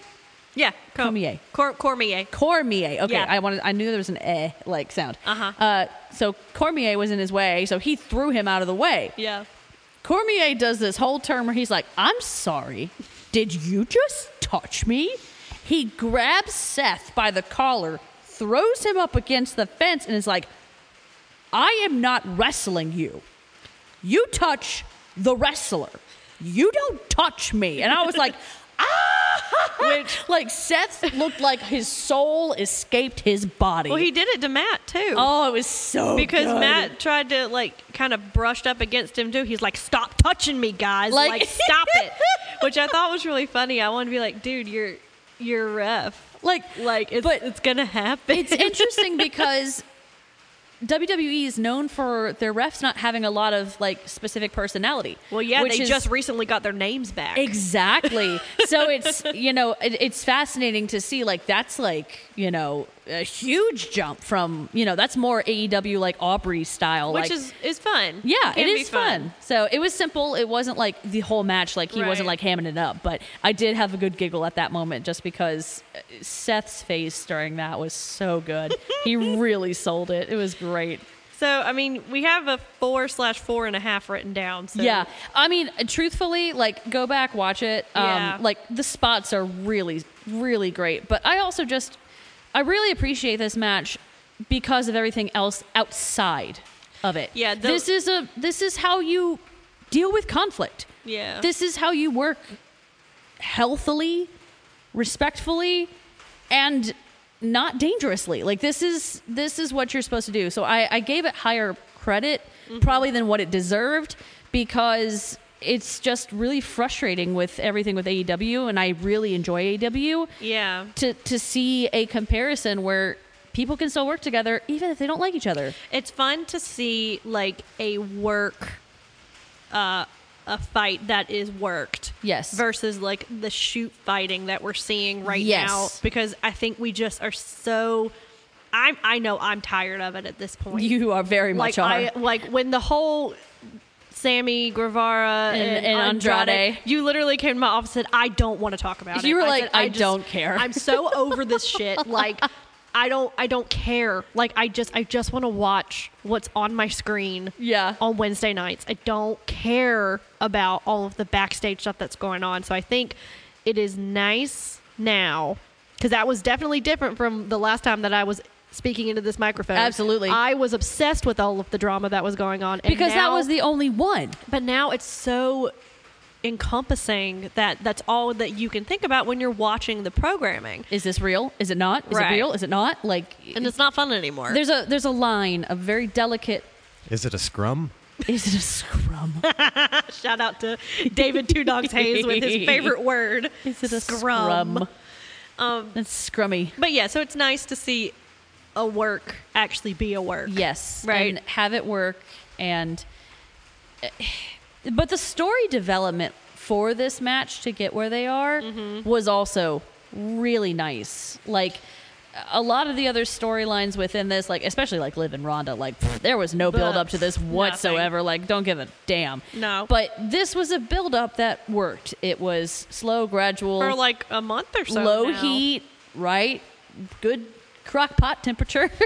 yeah, Co- Cormier. Cor- Cormier. Cormier. Okay, Yeah. I wanted. I knew there was an eh like sound. Uh-huh. Uh So Cormier was in his way, so he threw him out of the way. Yeah. Cormier does this whole term where he's like, I'm sorry, did you just touch me? He grabs Seth by the collar, throws him up against the fence, and is like, I am not wrestling you. You touch the wrestler. You don't touch me. And I was like, ah! Which, like, Seth looked like his soul escaped his body. Well, he did it to Matt too. oh, it was so because good. Matt tried to like kind of brushed up against him too. He's like, "Stop touching me, guys! Like- Like, stop it!" Which I thought was really funny. I wanted to be like, "Dude, you're you're ref. like, Like it's But- it's gonna happen." It's interesting because WWE is known for their refs not having a lot of like specific personality. well, yeah, which they is- just recently got their names back. exactly. so it's you know it, it's fascinating to see like that's like you know a huge jump from you know that's more AEW like Aubrey style, which like- is is fun. yeah, can it be is fun. So it was simple. It wasn't like the whole match. Like he wasn't Right. like hamming it up, but I did have a good giggle at that moment just because uh, Seth's face during that was so good. he really sold it. It was great. So I mean, we have a four slash four and a half written down. So Yeah, I mean, truthfully, like go back, watch it. Um, Yeah. Like the spots are really, really great. But I also just, I really appreciate this match because of everything else outside of it. Yeah, the- this is a this is how you deal with conflict. Yeah. this is how you work healthily, respectfully, and not dangerously. Like this is this is what you're supposed to do. So I, I gave it higher credit Mm-hmm. probably than what it deserved because it's just really frustrating with everything with AEW and I really enjoy AEW yeah. to to see a comparison where people can still work together even if they don't like each other. It's fun to see like a work, uh, a fight that is worked. Yes. Versus like the shoot fighting that we're seeing right Yes. now, because I think we just are so. I'm. I know I'm tired of it at this point. You are very much like are. I like when the whole. Sammy Guevara And- and, and Andrade. You literally came to my office and said, I don't want to talk about it. You were like, said, "I don't care." I'm so over this shit. Like, I don't, I don't care. Like, I just, I just want to watch what's on my screen. Yeah. On Wednesday nights, I don't care about all of the backstage stuff that's going on. So I think it is nice now because that was definitely different from the last time that I was speaking into this microphone. Absolutely. I was obsessed with all of the drama that was going on and because that now- was the only one. but now it's so encompassing that that's all that you can think about when you're watching the programming Is this real? Is it not? Is Right. it real? Is it not? Like and it's not fun anymore There's a there's a line, a very delicate. Is it a scrum? Is it a scrum? shout out to david two dogs hayes with his favorite word Is it a Scrum. scrum? Um, it's scrummy. but yeah so it's nice to see a work actually be a work Yes, Right. And have it work, and eh, but the story development for this match to get where they are Mm-hmm. was also really nice. Like a lot of the other storylines within this, like especially like Liv and Ronda, like pfft, there was no build up to this nothing. whatsoever. Like don't give a damn. No. but this was a build up that worked. It was slow, gradual, for like a month or so low now. heat, right? Good crock pot temperature.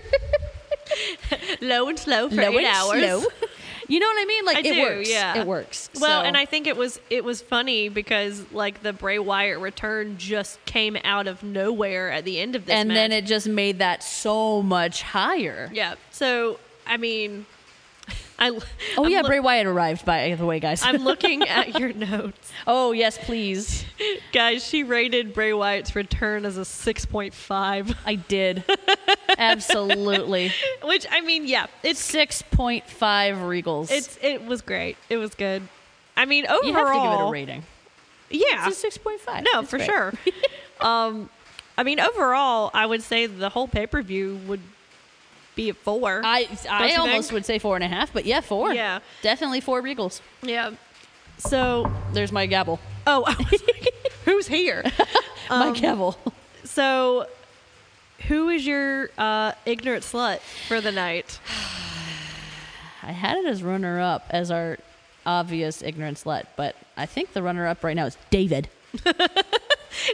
low and slow for low eight and hours slow. You know what I mean? Like I it do, works. yeah. It works. Well, So- and I think it was it was funny because like the Bray Wyatt return just came out of nowhere at the end of this, and match. then it just made that so much higher. yeah. So I mean, I Oh I'm yeah, loo- Bray Wyatt arrived by the way, guys. I'm looking at your notes, oh yes, please. guys. She rated Bray Wyatt's return as a six point five, I did. Absolutely. which I mean, yeah, it's Six point five regals. it's it was great. It was good. I mean, you overall, have to give it a rating. Yeah. It's a 6.5. No, It's for great. sure. um, I mean, overall, I would say the whole pay per view would be a four. I, Don't I you almost think? would say four and a half, but yeah, four. Yeah. Definitely four Regals. yeah. So, There's my gavel. oh, I was like, who's here? Um, my gavel. So, who is your uh, ignorant slut for the night? I had it as runner up as our obvious ignorant slut, but I think the runner up right now is David.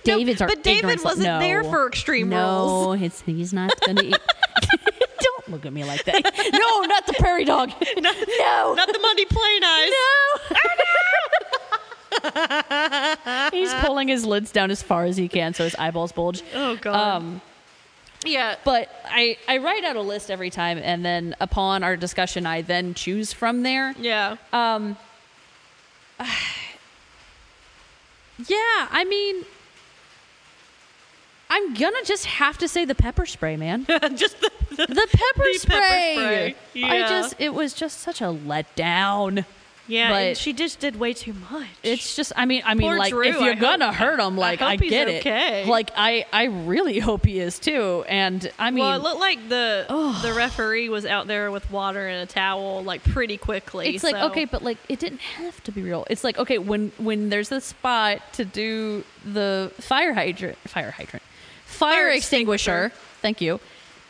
David's our but David ignorant slut. wasn't No. there for Extreme no, it's, he's not gonna. eat. Don't look at me like that. No, not the prairie dog. No, no, Not the Monday plane eyes. he's pulling his lids down as far as he can so his eyeballs bulge. Oh, God. Um, Yeah. but I I write out a list every time, and then upon our discussion, I then choose from there. yeah. Um, yeah, I mean, I'm gonna just have to say the pepper spray, man. the Just the, pepper pepper spray. spray, I yeah. just, it was just such a letdown. yeah. but- and she just did way too much. It's just, I mean, I mean, Poor like Drew, if you're I hope- gonna hurt him, like I, hope he's get it. okay. Like I, I really hope he is too. And I mean, well, it looked like the the referee was out there with water and a towel, like pretty quickly. It's like so- okay, but like it didn't have to be real. It's like okay, when when there's a spot to do the fire hydrant, fire hydrant, fire, Fire extinguisher, Thank you.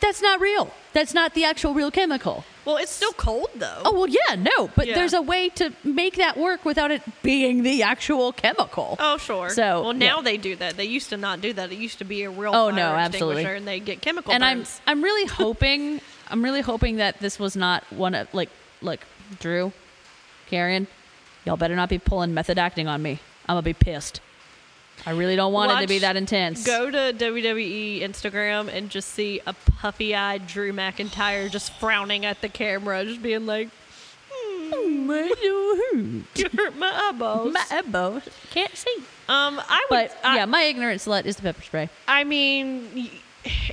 That's not real. That's not the actual real chemical. well, it's still cold though. Oh well, yeah, no, but Yeah. there's a way to make that work without it being the actual chemical. Oh, sure. So, well, now yeah. they do that. They used to not do that. It used to be a real Oh, fire no, absolutely. extinguisher, and they get chemical and I'm burns. I'm really hoping I'm really hoping that this was not one of like look Drew, Karen, y'all better not be pulling method acting on me. I'm gonna be pissed. I really don't want it to be Watch- that intense. Go to WWE Instagram and just see a puffy-eyed Drew McIntyre just frowning at the camera, just being like, "You hurt my eyeballs." my elbow can't see. um, I would. But I, yeah, my ignorant slut is the pepper spray. I mean, y-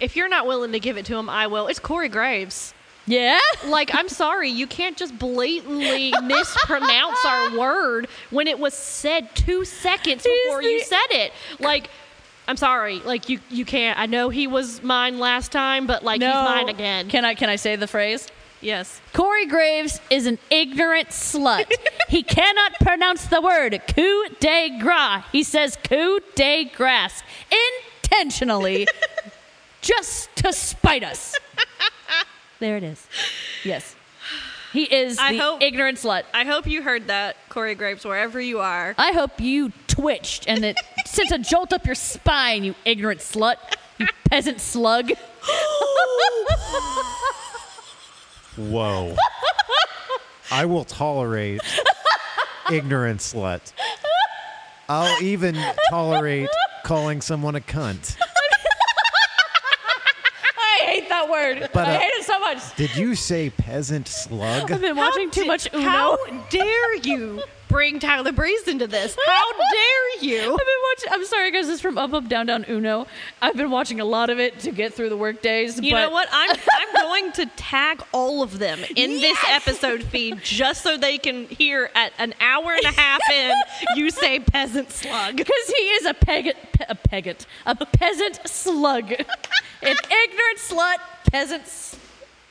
if you're not willing to give it to him, I will. It's Corey Graves. Yeah. Like, I'm sorry, you can't just blatantly mispronounce our word when it was said two seconds He's before you the- said it. Like, I'm sorry, like you you can't. I know he was mine last time, but like he's mine again. Can I can I say the phrase? yes. Corey Graves is an ignorant slut. he cannot pronounce the word coup de gras. He says coup de grass intentionally just to spite us. There it is. Yes. He is I the hope- ignorant slut. I hope you heard that, Corey Graves, wherever you are. I hope you twitched and it sent a jolt up your spine, you ignorant slut. You peasant slug. Whoa. I will tolerate ignorant slut. I'll even tolerate calling someone a cunt. I hate that word. But, I uh, hate it so much. Did you say peasant slug? I've been watching too di- much Uno. How dare you bring Tyler Breeze into this? How dare you? I've been watching. I'm sorry, guys. This is from Up Up Down Down Uno. I've been watching a lot of it to get through the work days. You but know what? I'm I'm going to tag all of them in this episode feed just so they can hear at an hour and a half in you say peasant slug. Because he is a pegat, pe- a pegat, a peasant slug, an ignorant slut, peasant. s-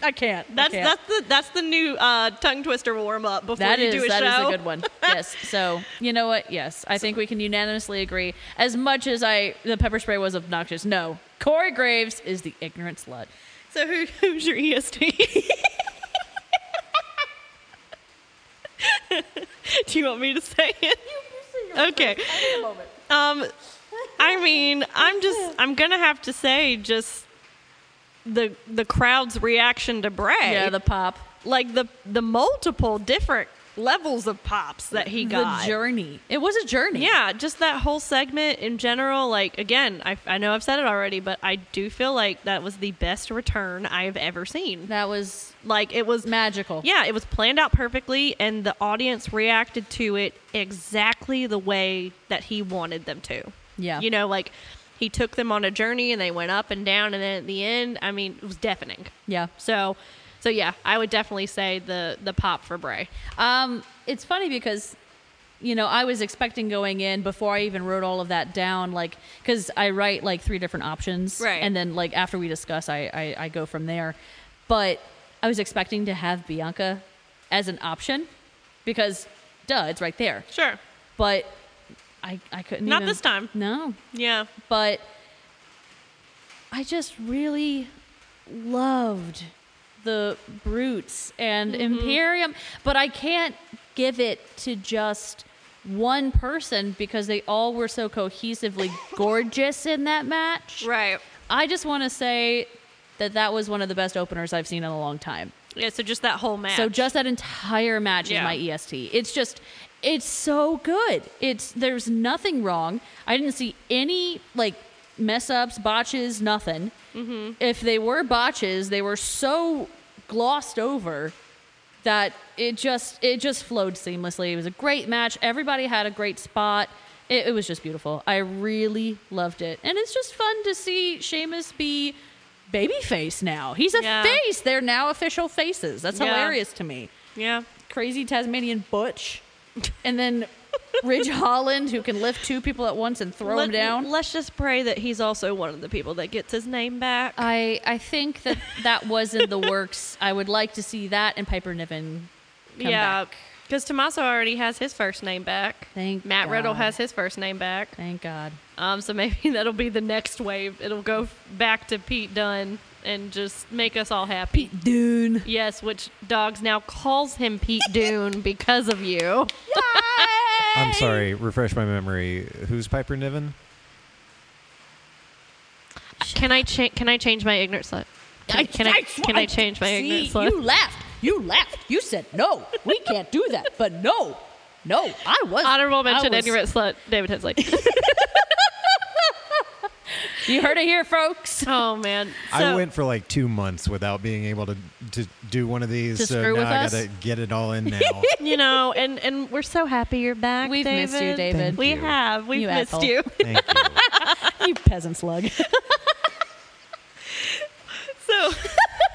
I can't. I That's can't. that's the that's the new uh, tongue twister warm up before That you is do a that is show. a good one. Yes. So you know what? Yes, I think we can unanimously agree. As much as I, the pepper spray was obnoxious. No, Corey Graves is the ignorant slut. So who, who's your E EST? Do you want me to say it? okay. Um, I mean, I'm just I'm gonna have to say just the the crowd's reaction to Bray. Yeah, the pop, like the the multiple different levels of pops that he got. the journey. It was a journey. Yeah, just that whole segment in general. Like, again, I, I know I've said it already, but I do feel like that was the best return I have ever seen. That was Like, it was magical. Yeah, it was planned out perfectly, and the audience reacted to it exactly the way that he wanted them to. Yeah. You know, like he took them on a journey and they went up and down, and then at the end, I mean, it was deafening. Yeah. So. So yeah, I would definitely say the the pop for Bray. Um, it's funny because you know, I was expecting going in before I even wrote all of that down, like, because I write like three different options. Right. And then, like, after we discuss, I, I, I go from there. But I was expecting to have Bianca as an option because, duh, it's right there. Sure. But I, I couldn't Not even- this time. No Yeah. but I just really loved the brutes and Imperium, but I can't give it to just one person because they all were so cohesively gorgeous in that match. Right. I just want to say that that was one of the best openers I've seen in a long time. Yeah. So just that whole match. So just that entire match Yeah. is my EST. It's just it's so good. It's there's nothing wrong. I didn't see any like mess ups, botches, nothing. Mm-hmm. If they were botches, they were so glossed over that it just it just flowed seamlessly. It was a great match. Everybody had a great spot. It, it was just beautiful. I really loved it, and it's just fun to see Sheamus be babyface now. He's a Yeah. face. They're now official faces. That's Yeah. hilarious to me. yeah. Crazy Tasmanian Butch, and then Ridge Holland, who can lift two people at once and throw them down. Let's just pray that he's also one of the people that gets his name back. I, I think that that was in the works. I would like to see that and Piper Niven come yeah. back. Because Tommaso already has his first name back. Thank Matt Riddle God. has his first name back. Thank God. Um, so maybe that'll be the next wave. It'll go f- back to Pete Dunn and just make us all happy. Dune. Yes, which dogs now calls him Pete Dune because of you. I'm sorry, refresh my memory. Who's Piper Niven? Can I change? Can I change my ignorant slut? Can I, can I, can I change my See, ignorant slut? You laughed. You laughed. You said no. We can't do that. But no, no, I was Honorable I mention, was- ignorant slut, David Hensley. You heard it here, folks. oh man, I So- went for like two months without being able to to do one of these, To so screw now with I us? gotta get it all in now. you know, and and we're so happy you're back. We've missed you, David. We Thank you. have. We've You missed asshole. you. Thank you. you peasant slug. So,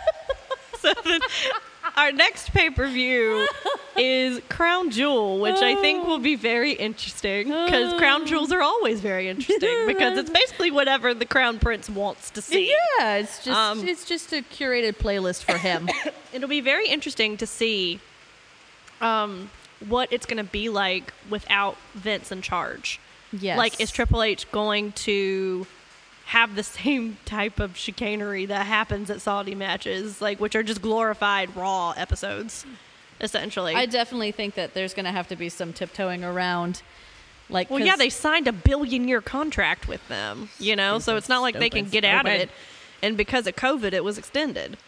so then our next pay per view is Crown Jewel, which I think will be very interesting because Crown Jewels are always very interesting because it's basically whatever the Crown Prince wants to see. yeah, it's just Um, it's just a curated playlist for him. It'll be very interesting to see um, what it's going to be like without Vince in charge. yes, Like, is Triple H going to have the same type of chicanery that happens at Saudi matches, like which are just glorified Raw episodes, essentially? I definitely think that there's going to have to be some tiptoeing around. Like, well, yeah, 'cause- they signed a billion-year contract with them, you know, so it's not like they can stupid, get out of stupid. it. And because of COVID, it was extended.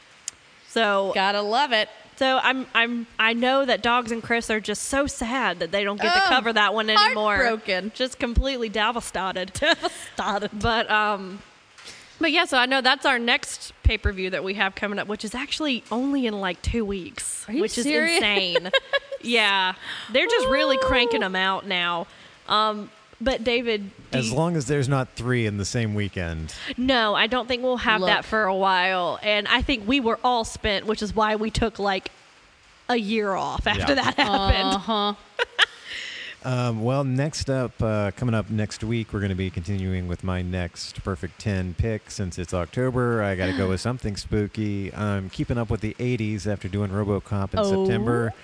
So gotta love it. So I'm I'm I know that dogs and Chris are just so sad that they don't get to Oh, cover that one anymore. heartbroken. Just completely devastated. Started. but um but yeah, so I know that's our next pay per view that we have coming up, which is actually only in like two weeks, Are you which serious? is insane. yeah, they're just really cranking them out now. Um, but David, do As you- long as there's not three in the same weekend. no, I don't think we'll have that Look. for a while. And I think we were all spent, which is why we took like a year off after Yeah. that happened. Uh huh. Um, well, next up, uh, coming up next week, we're going to be continuing with my next perfect 10 pick. Since it's October, I got to go with something spooky. I'm keeping up with the 80s after doing Robocop in Oh. September.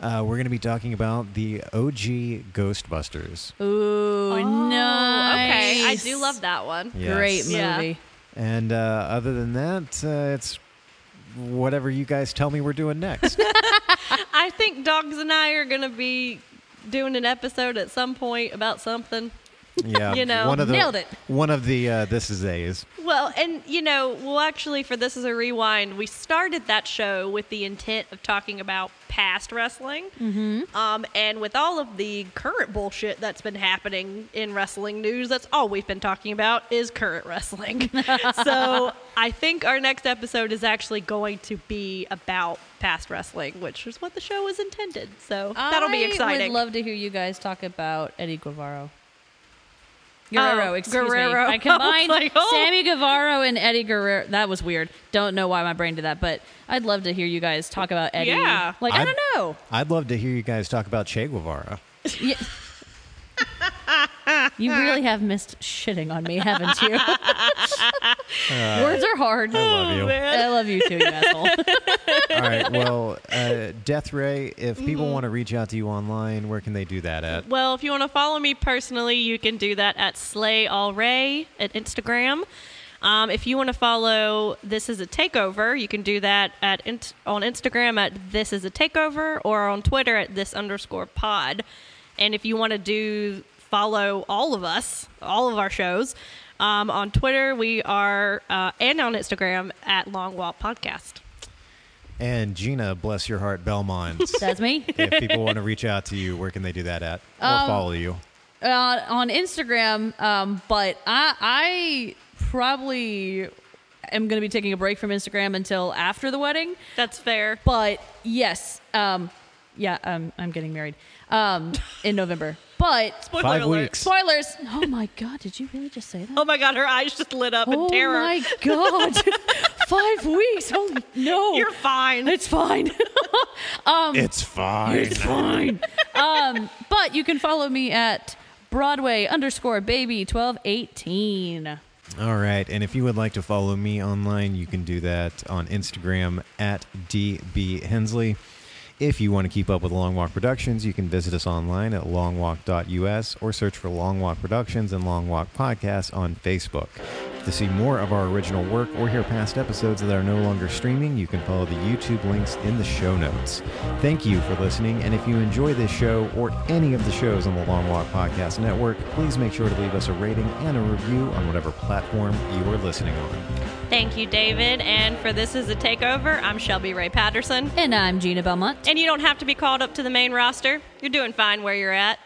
Uh, we're going to be talking about the OG Ghostbusters. Oh, Ooh, Oh, Okay, I nice. do love that one. Yes. Great movie. Yeah. And uh, other than that, uh, it's whatever you guys tell me we're doing next. I think Dogs and I are going to be doing an episode at some point about something. yeah, You know, one of the, nailed it. One of the uh, This Is A's. Well, and you know, well, actually, for this is a rewind, we started that show with the intent of talking about past wrestling, mm-hmm. um, and with all of the current bullshit that's been happening in wrestling news, that's all we've been talking about is current wrestling. so I think our next episode is actually going to be about past wrestling, which is what the show was intended. So that'll be I exciting. would love to hear you guys talk about Eddie Guevara. Guerrero, Oh, excuse Guerrero. me. I I was combined like, oh. Sammy Guevara and Eddie Guerrero. That was weird. Don't know why my brain did that, but I'd love to hear you guys talk about Eddie. Yeah. Like, I'd, I I'd- do not know. I'd love to hear you guys talk about Che Guevara. Yeah. You really have missed shitting on me, haven't you? Words are hard. I love you. I love you too, you asshole. All right. Well, uh, Death Ray, if people want to reach out to you online, where can they do that at? Well, if you want to follow me personally, you can do that at Slay All Ray at Instagram. Um, if you want to follow This Is a Takeover, you can do that at in- on Instagram at This Is a Takeover or on Twitter at This underscore Pod. And if you want to do follow all of us, all of our shows um, on Twitter, we are uh, and on Instagram at Long Walk Podcast. And Gina, bless your heart, Belmont. That's me. if people want to reach out to you, where can they do that at? Or follow you? uh, on Instagram, um, but I, I probably am going to be taking a break from Instagram until after the wedding. That's fair. But yes, um, yeah, um, I'm getting married um, in November. But Spoiler Five alert. weeks. spoilers. Oh my God, did you really just say that? Oh my God, her eyes just lit up Oh in terror. my God. Five weeks. Oh no. You're fine. It's fine. it's fine. fine. um, but you can follow me at Broadway underscore baby 1218. All right. And if you would like to follow me online, you can do that on Instagram at DB Hensley. If you want to keep up with Long Walk Productions, you can visit us online at longwalk.us or search for Long Walk Productions and Long Walk Podcast on Facebook. To see more of our original work or hear past episodes that are no longer streaming, you can follow the YouTube links in the show notes. Thank you for listening, and if you enjoy this show or any of the shows on the Long Walk Podcast Network, please make sure to leave us a rating and a review on whatever platform you are listening on. Thank you, David. And for This Is a Takeover, I'm Shelby Ray Patterson. And I'm Gina Belmont. And you don't have to be called up to the main roster. You're doing fine where you're at.